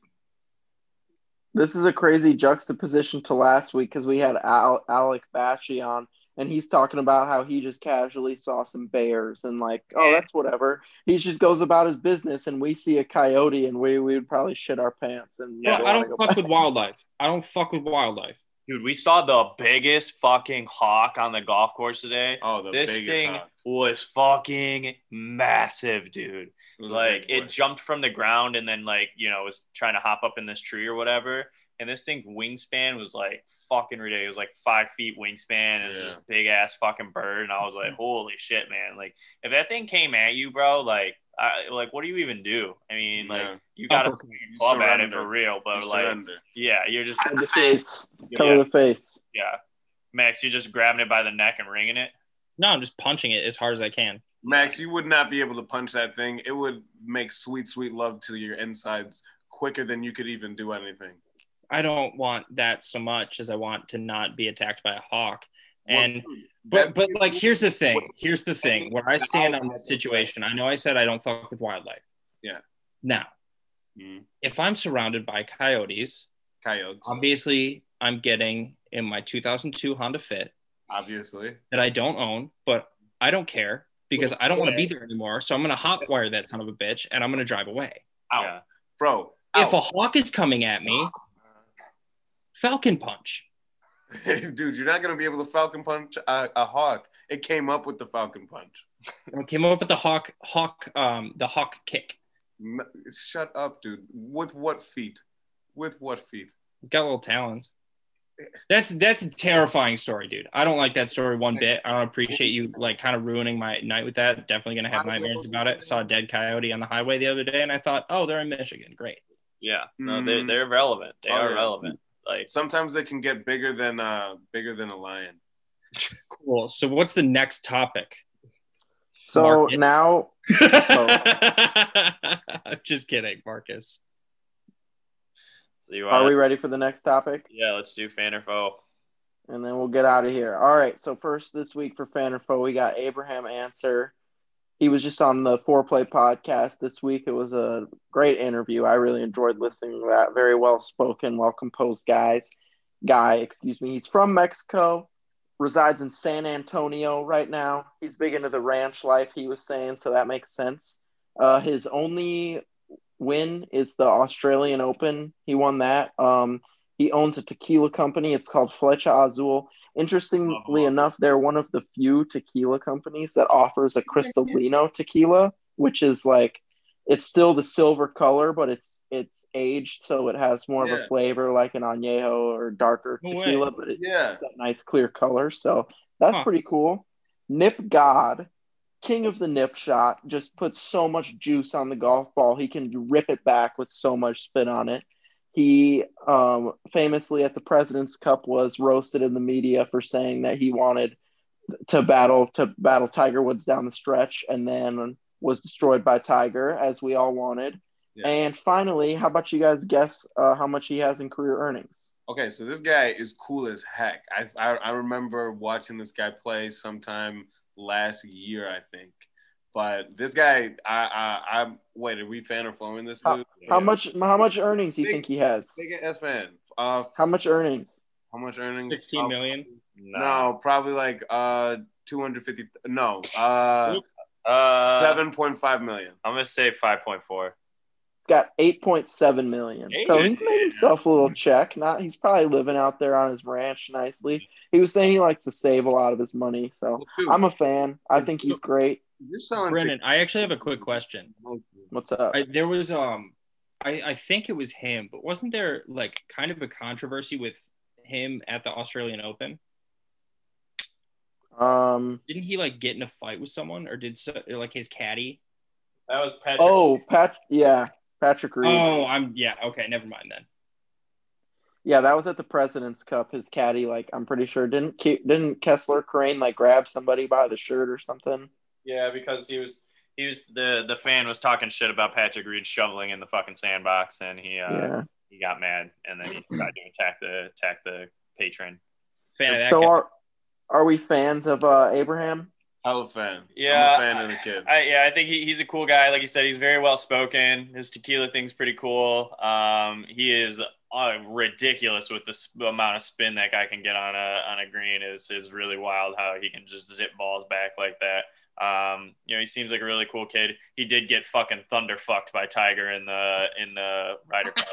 this is a crazy juxtaposition to last week because we had Al- Alec Batchy on, and he's talking about how he just casually saw some bears and like, oh, that's whatever. He just goes about his business, and we see a coyote, and we we would probably shit our pants. And
I don't- I don't fuck with wildlife. I don't fuck with wildlife.
dude we saw the biggest fucking hawk on the golf course today
Oh, the
this
biggest
thing
hawk.
was fucking massive dude
It was a
like
big boy.
it jumped from the ground and then like you know was trying to hop up in this tree or whatever and this thing wingspan was like fucking ridiculous it was like five feet wingspan and it was
Yeah.
this big ass fucking bird and i was like holy shit man like if that thing came at you bro like I, like what do you even do i mean like
Yeah.
you gotta
Uppercut.
fucking club at it for
Surrender.
real but
You
like
surrender.
yeah you're just
Cover the face. Cover
yeah,
the face.
yeah max you're just grabbing it by the neck and wringing it
No, I'm just punching it as hard as I can.
Max, you would not be able to punch that thing. It would make sweet, sweet love to your insides quicker than you could even do anything.
I don't want that so much as I want to not be attacked by a hawk. And
That-
but but like here's the thing. Here's the thing. Where I stand on that situation, I know I said I don't fuck with wildlife.
Yeah.
Now,
Mhm.
if I'm surrounded by coyotes,
coyotes,
obviously I'm getting in my 2002 Honda Fit.
obviously.
that I don't own, but I don't care because I don't want to be there anymore. So I'm going to hotwire that son of a bitch and I'm going to drive away.
Ow.
yeah
Bro,
Oh.
If a hawk is coming at me, falcon punch.
dude, you're not gonna be able to falcon punch a, a hawk. It came up with the falcon punch.
I came up with the hawk, hawk, um, the hawk kick.
N- Shut up, dude. With what feet? With what feet?
He's got little talons. That's that's a terrifying story, dude. I don't like that story one bit. I don't appreciate you like kind of ruining my night with that. Definitely gonna have nightmares about it. Saw a dead coyote on the highway the other day, and I thought, oh, they're in Michigan. Great.
yeah no they're,
Mm.
Mhm.
they're relevant they
Oh,
are
yeah.
relevant like
Sometimes they can get bigger than uh bigger than a lion.
Cool. So what's the next topic?
So
Marcus.
now
I'm just kidding, Marcus.
so you
are
wanna-
we ready for the next topic?
yeah let's do fan or foe
and then we'll get out of here. All right. So first this week for fan or foe, we got Abraham Answer. He was just on the Foreplay podcast this week. It was a great interview. I really enjoyed listening to that. Very well spoken, well composed guys. Guy, excuse me. He's from Mexico, resides in San Antonio right now. He's big into the ranch life. He was saying so that makes sense. Uh, his only win is the Australian Open. He won that. Um, he owns a tequila company. It's called Flecha Azul. Interestingly
Uh-huh.
enough, they're one of the few tequila companies that offers a Cristalino tequila, which is like it's still the silver color, but it's it's aged, so it has more of
Yeah.
a flavor like an añejo or darker
No way.
tequila, but it,
Yeah.
it's that nice clear color. So that's
Huh.
pretty cool. Nip God, king of the nip shot, just puts so much juice on the golf ball. He can rip it back with so much spin on it. He um, famously at the President's Cup was roasted in the media for saying that he wanted to battle to battle Tiger Woods down the stretch, and then was destroyed by Tiger as we all wanted.
Yeah.
And finally, how about you guys guess uh, how much he has in career earnings?
Okay, so this guy is cool as heck. I, I I remember watching this guy play sometime last year, I think. But this guy, I, I, I'm. Wait, are we fan or following this?
How-
dude?
How much? How much earnings do you
Big-
think he has?
Big ass fan. Uh,
How much earnings?
how much earnings?
16
Uh,
million.
No, probably like uh 250. No, uh,
Uh,
7.5 million.
I'm gonna say 5.4.
He's got eight point seven million. so he's made himself a little check. Not he's probably living out there on his ranch nicely. He was saying he likes to save a lot of his money. So I'm a fan. I think he's great.
You're selling
Brennan, I actually have a quick question.
What's up?
I, there was um, I, I think it was him, but wasn't there like kind of a controversy with him at the Australian Open?
Um.
Didn't he like get in a fight with someone, or did so, like his caddy?
That was Patrick.
Oh, Pat. Yeah, Patrick Reed.
Oh, I'm yeah. Okay, never mind then.
Yeah, that was at the President's Cup. His caddy, like I'm pretty sure, didn't Ke- didn't Kessler Crane like grab somebody by the shirt or something?
Yeah, because he was he was the the fan was talking shit about Patrick Reed shoveling in the fucking sandbox, and he uh,
yeah.
he got mad, and then he tried to attack the attack the patron.
Fan of that
So
guy.
are are we fans of uh, Abraham?
Hella fan.
Yeah,
I'm a fan of the kid.
I, yeah, I think he, he's a cool guy. Like you said, he's very well spoken. His tequila thing's pretty cool. Um, he is uh, ridiculous with the sp- amount of spin that guy can get on a on a green. is is really wild how he can just zip balls back like that. Um, you know, he seems like a really cool kid. He did get fucking thunder fucked by Tiger in the in the Ryder Cup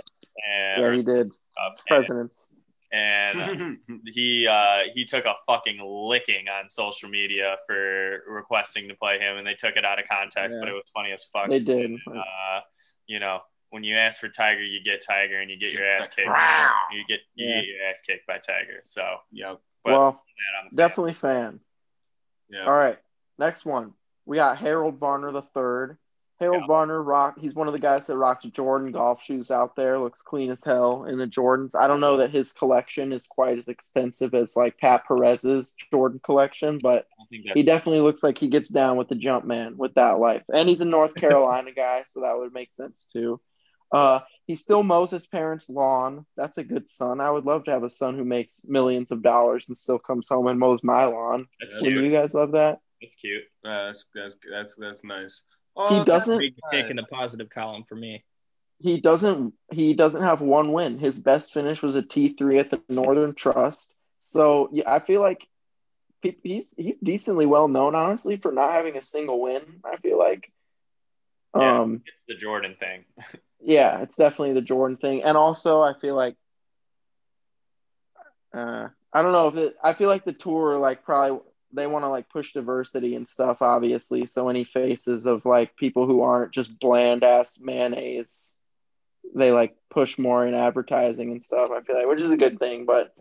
and
Yeah, he did.
Cup. and, uh,
Presidents.
and uh, he uh, he took a fucking licking on social media for requesting to play him, and they took it out of context,
Yeah.
but it was funny as fuck.
They did.
Uh, you know, when you ask for Tiger, you get Tiger, and you get your ass kicked. You get you
Yeah.
get your ass kicked by Tiger. So
yep.
but-
well,
that I'm a fan.
definitely fan.
Yeah.
All right, next one. We got Harold Varner the third. Harold Varner rock. He's one of the guys that rocked Jordan golf shoes out there. Looks clean as hell in the Jordans. I don't know that his collection is quite as extensive as like Pat Perez's Jordan collection, but
I think
he
that's
definitely looks like he gets down with the jump man with that life. And he's a North Carolina guy, so that would make sense too. Uh, he still mows his parents' lawn. That's a good son. I would love to have a son who makes millions of dollars and still comes home and mows my lawn.
that's
Yeah.
Wouldn't you
cute.
guys love that?
That's cute.
Uh, that's, that's that's that's nice.
He
Oh,
doesn't.
Big kick in the positive column for me.
He doesn't. He doesn't have one win. His best finish was a T three at the Northern Trust. So yeah, I feel like he- he's he's decently well known, honestly, for not having a single win. I feel like.
Yeah.
Um,
It's the Jordan thing.
yeah, it's definitely the Jordan thing, and also I feel like uh, I don't know if it, I feel like the tour like probably they want to like push diversity and stuff, obviously. So any faces of like people who aren't just bland ass mayonnaise, they like push more in advertising and stuff. I feel like which is a good thing, but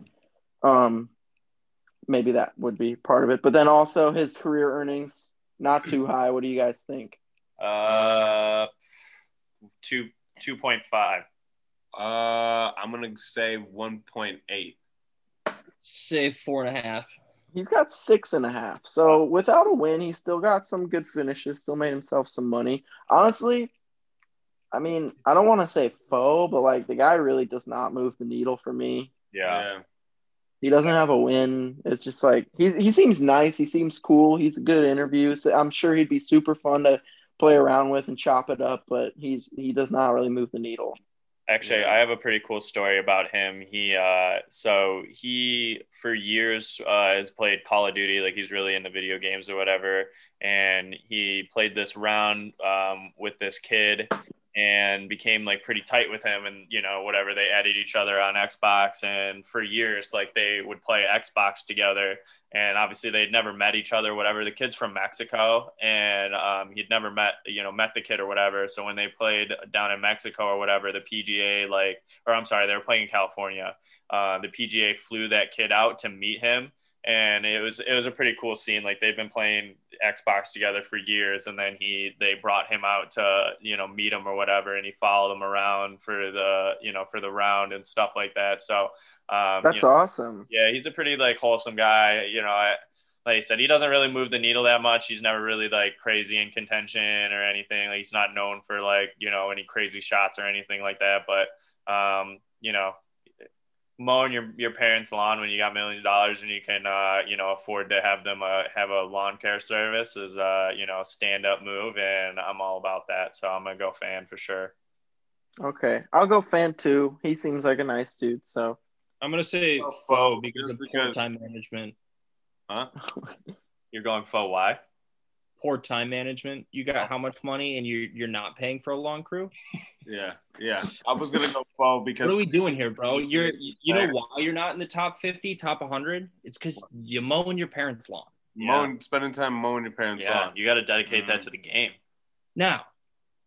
um, maybe that would be part of it. But then also his career earnings not too high. What do you guys think?
Uh, two two point five.
Uh, I'm gonna say 1.8.
Say four and a half.
He's got six and a half. So without a win, he still got some good finishes, still made himself some money. Honestly, I mean, I don't want to say faux, but like the guy really does not move the needle for me.
Yeah.
He doesn't have a win. It's just like he he seems nice. He seems cool. He's a good interview. So I'm sure he'd be super fun to play around with and chop it up, but he's he does not really move the needle.
Actually, I have a pretty cool story about him. He uh, so he for years uh, has played Call of Duty, like he's really into video games or whatever. And he played this round um, with this kid and became like pretty tight with him. And you know whatever they added each other on Xbox, and for years like they would play Xbox together. And obviously they'd never met each other, whatever. The kid's from Mexico, and um, he'd never met you know met the kid or whatever. So when they played down in Mexico or whatever, the PGA like or I'm sorry, they were playing in California. Uh, the PGA flew that kid out to meet him, and it was it was a pretty cool scene. Like they've been playing Xbox together for years, and then he they brought him out to you know meet him or whatever, and he followed him around for the you know for the round and stuff like that. So um, you
That's
know,
awesome.
yeah, he's a pretty like wholesome guy. You know, I, like I said, he doesn't really move the needle that much. He's never really like crazy in contention or anything. Like he's not known for like you know any crazy shots or anything like that. But um, you know, mowing your, your parents' lawn when you got millions of dollars and you can uh, you know afford to have them uh, have a lawn care service is uh, you know stand up move and I'm all about that so I'm gonna go fan for sure.
Okay, I'll go fan too. He seems like a nice dude. So
I'm gonna say
Oh,
Fo
Fo,
because
just
of poor
because-
time management.
Huh?
You're going faux why?
Poor time management. You got how much money, and you're you're not paying for a long crew.
Yeah, yeah. I was gonna go faux because
What are we doing here, bro? You're you know why you're not in the top fifty, top 100? It's because you mowing your parents' lawn.
mowing, spending time mowing your parents'
yeah,
lawn.
you got to dedicate that
Mm.
to the game.
Now,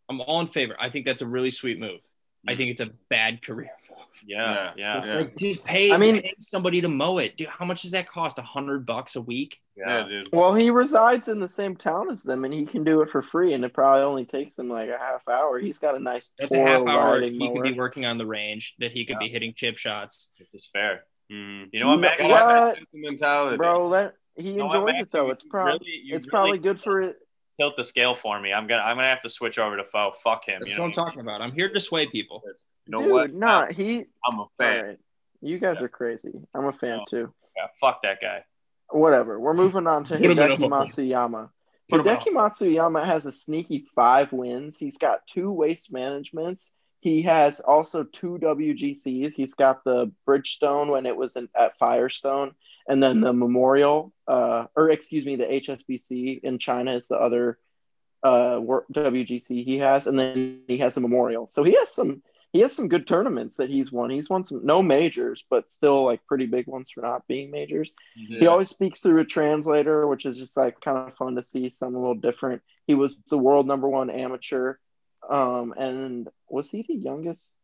I'm all in favor. I think that's a really sweet move. I
Mm.
think it's a bad career.
Yeah,
Yeah.
yeah,
Yeah.
Like, just pay.
I
I
mean-
mean, pay somebody to mow it. Dude, how much does that cost? A hundred bucks a week?
Yeah, dude.
well, he resides in the same town as them, and he can do it for free, and it probably only takes him like a half hour. He's got a nice
That's a half
Toro
hour
riding
he could be
mower.
working on the range. That he could be hitting chip shots.
It's fair.
Mm.
You know what,
No,
Max?
what?
That's the mentality.
bro. That he
You know what,
enjoys
Max?
it though.
You-
It's
you
probably
really- you
it's
really
probably good for it.
tilt the scale for me. I'm gonna I'm gonna have to switch over to faux. Fuck him.
That's
you know
what I'm talking about. I'm here to sway people.
You know
Dude,
what?
nah, he.
I'm a
All
fan.
right, you guys are crazy. I'm a fan
No.
too.
Yeah, fuck that guy.
Whatever. We're moving on to
Put him in
Hideki
a-
Matsuyama.
Put 'em
Hideki Matsuyama has a sneaky five wins. He's got two waste managements. He has also two WGCs. He's got the Bridgestone when it was in, at Firestone, and then the Memorial, uh, or excuse me, the HSBC in China is the other uh, wor- WGC he has, and then he has a Memorial. So he has some he has some good tournaments that he's won. He's won some no majors, but still like pretty big ones for not being majors. He always speaks through a translator, which is just like kind of fun to see something a little different. He was the world number one amateur. Um, and was he the youngest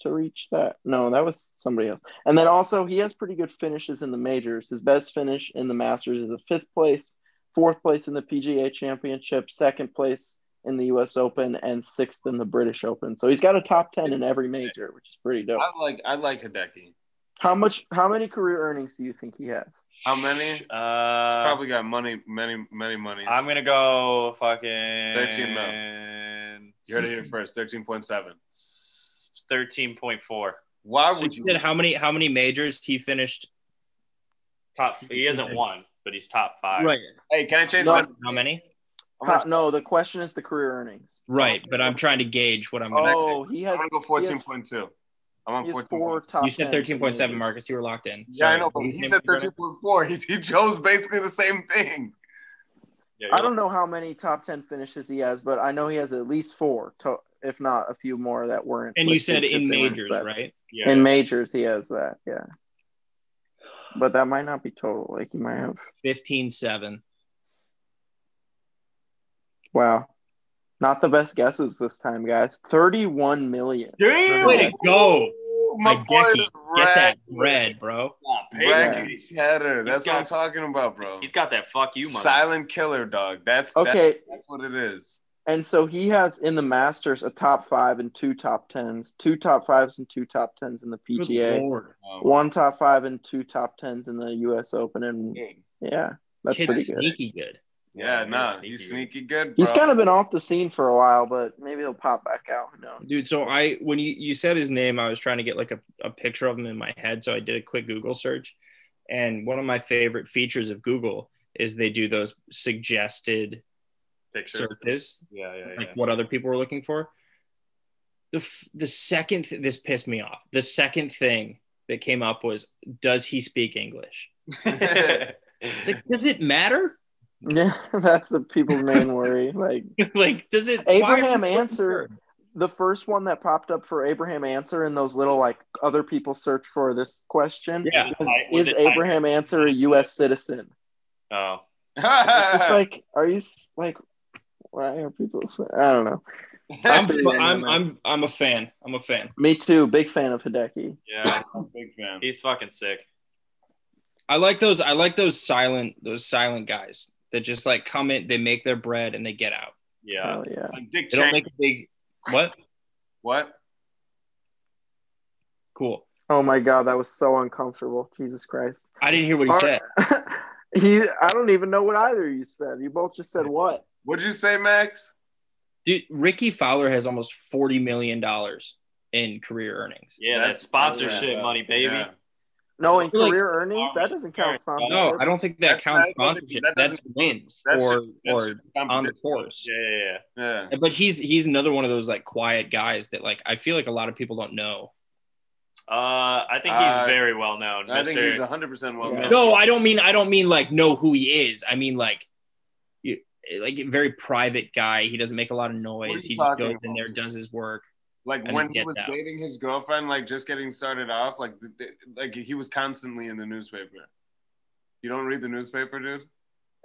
to reach that? No, that was somebody else. And then also, he has pretty good finishes in the majors. His best finish in the Masters is a fifth place, fourth place in the PGA Championship, second place in the US Open, and sixth in the British Open. So he's got a top 10 in every major, which is pretty dope.
I like I like Hideki.
How much, how many career earnings do you think he has?
How many?
Uh,
He's probably got money, many, many money.
I'm gonna go fucking
13 You heard it here first. Thirteen point seven.
Thirteen point four.
Why
So
would
you
you?
said how many how many majors he finished?
Top. He hasn't won, but he's top five.
Right.
Hey, can I change
No.
my?
How many?
I'm
Ha-
gonna,
no, the question is the career earnings.
Right. But I'm trying to gauge what I'm gonna.
Oh, he
I'm
has.
gonna go fourteen point two. I'm on
He has
fourteen.
four top.
you said
10
13.7,
majors.
Marcus. You were locked in.
Yeah, I
Sorry.
know, but
What was
he
his
said
name again?
thirteen point four. He, he chose basically the same thing.
I don't know how many top ten finishes he has, but I know he has at least four, to- if not a few more that weren't.
And you
listed
said in
because they weren't
majors,
best.
right?
Yeah.
In majors, he has that. Yeah, but that might not be total. Like he might have.
15.7.
Wow, not the best guesses this time, guys. Thirty-one million.
Damn.
Way to go.
Ooh, my boy
Hideki,
is
Get that
raggedy.
bread, bro.
Raggedy cheddar. That's
got-
what I'm talking about, bro.
He's got that fuck you money.
Silent killer dog. That's that-
Okay,
that's what it is.
And so he has in the Masters a top five and two top tens, two top fives and two top tens in the
Good
PGA,
Lord.
Um,
one top five and two top tens in the U.S. Open, and
dude.
yeah, that's
Kid's
pretty good.
sneaky good.
Yeah,
he's
nah,
sneaky.
he's sneaky good. Bro.
He's kind of been off the scene for a while, but maybe he'll pop back out. Who knows?
Dude, so I when you, you said his name, I was trying to get like a, a picture of him in my head. So I did a quick Google search. And one of my favorite features of Google is they do those suggested
Picture.
searches,
Yeah, yeah, yeah.
like what other people were looking for. The f- the second th- this pissed me off. The second thing that came up was, does he speak English? It's like, does it matter?
Yeah, that's the people's main worry. Like
like, does it? why are
Abraham
you so
answered.
concerned?
the first one that popped up for Abraham Answer in those little like other people search for this question
Yeah,
was,
was
is
it-
Abraham Answer a U.S. citizen?
oh,
It's just like, are you s- like, why are people? s- I don't know.
I'm,
Yeah, yeah,
I'm,
man.
I'm, I'm a fan. I'm a fan.
Me too. Big fan of Hideki.
yeah.
big fan.
He's fucking sick.
I like those. I like those silent, those silent guys that just like come in, they make their bread and they get out.
Yeah.
Oh yeah.
Like Dick
They don't
Cheney.
make a big. What?
what?
Cool.
Oh my god, that was so uncomfortable. Jesus Christ.
I didn't hear what he
All
said.
right. he. I don't even know what either you said. You both just said what?
What'd you say, Max?
Dude, Ricky Fowler has almost forty million dollars in career earnings.
Yeah, that
That's-
sponsorship
yeah.
money, baby.
Yeah.
No, in
feel like-
career earnings, that doesn't count. Sponsorship.
No, I don't think that
That's-
counts
that's-
sponsorship.
that
That's
doesn't-
wins
that's
or
just- that's
or
just
on the
competition.
course.
Yeah, yeah, yeah.
Yeah.
But he's he's another one of those like quiet guys that like I feel like a lot of people don't know.
Uh, I think he's
Uh,
very well known,
I think he's
Mister.
100% well
No,
known.
I don't mean I don't mean like know who he is. I mean like you, like a very private guy. He doesn't make a lot of noise.
you
He just
talking
goes in
about?
there, does his work.
Like
didn't
when he
get
was
that.
dating his girlfriend, like just getting started off, like th- th- like he was constantly in the newspaper. You don't read the newspaper, dude.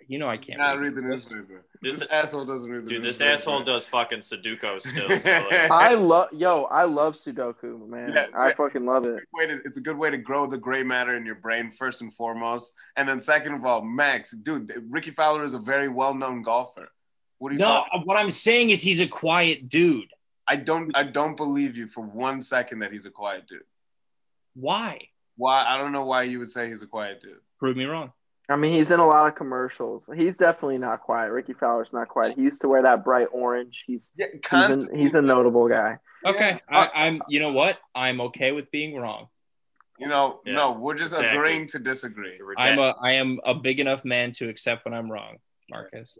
You know I can't.
Not
read.
read the newspaper.
This-
This, asshole doesn't read the
Dude, this
newspaper.
asshole does fucking Sudoku still. So like,
I love yo, I love Sudoku, man.
Yeah,
I
yeah.
fucking love it.
Way to- it's a good way to grow the gray matter in your brain first and foremost, and then second of all, Max, dude, Ricky Fowler is a very well-known golfer. What do you?
No,
talking-
what I'm saying is he's a quiet dude.
I don't. I don't believe you for one second that he's a quiet dude.
Why?
Why? I don't know why you would say he's a quiet dude.
Prove me wrong.
I mean, he's in a lot of commercials. He's definitely not quiet. Ricky Fowler's not quiet. He used to wear that bright orange. He's
Yeah,
he's, an, he's a notable guy.
Okay, I, I'm. You know what? I'm okay with being wrong.
You know,
Yeah.
no, we're just
Exactly.
agreeing to disagree.
I'm a. I am a big enough man to accept when I'm wrong, Marcus.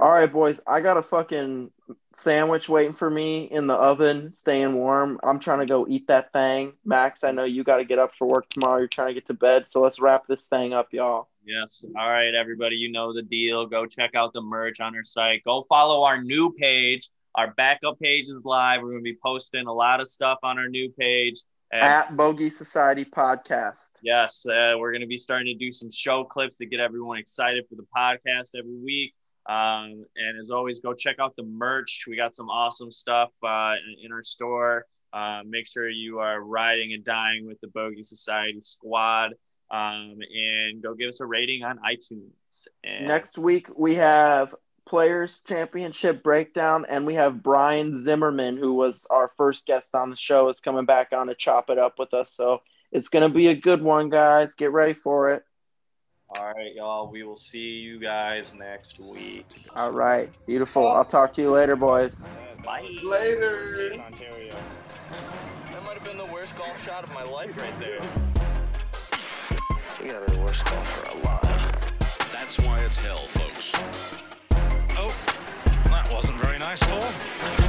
All right, boys, I got a fucking sandwich waiting for me in the oven, staying warm. I'm trying to go eat that thing. Max, I know you got to get up for work tomorrow. You're trying to get to bed. So let's wrap this thing up, y'all.
Yes. All right, everybody, you know the deal. Go check out the merch on our site. Go follow our new page. Our backup page is live. We're going to be posting a lot of stuff on our new page. And
At Bogey Society Podcast.
yes, uh, we're going to be starting to do some show clips to get everyone excited for the podcast every week. Um, and as always, go check out the merch. We got some awesome stuff uh, in, in our store. Uh, make sure you are riding and dying with the Bogey Society squad. Um, and go give us a rating on iTunes. And
Next week we have Players Championship breakdown, and we have Brian Zimmerman, who was our first guest on the show, is coming back on to chop it up with us. So it's gonna be a good one, guys. Get ready for it.
All right, y'all. We will see you guys next week.
All right, beautiful. I'll talk to you later, boys.
Bye.
Later.
Ontario.
That might have been the worst golf shot of my life right there.
We got our worst golfer alive. That's why it's hell, folks.
Oh, that wasn't very nice, Paul. uh,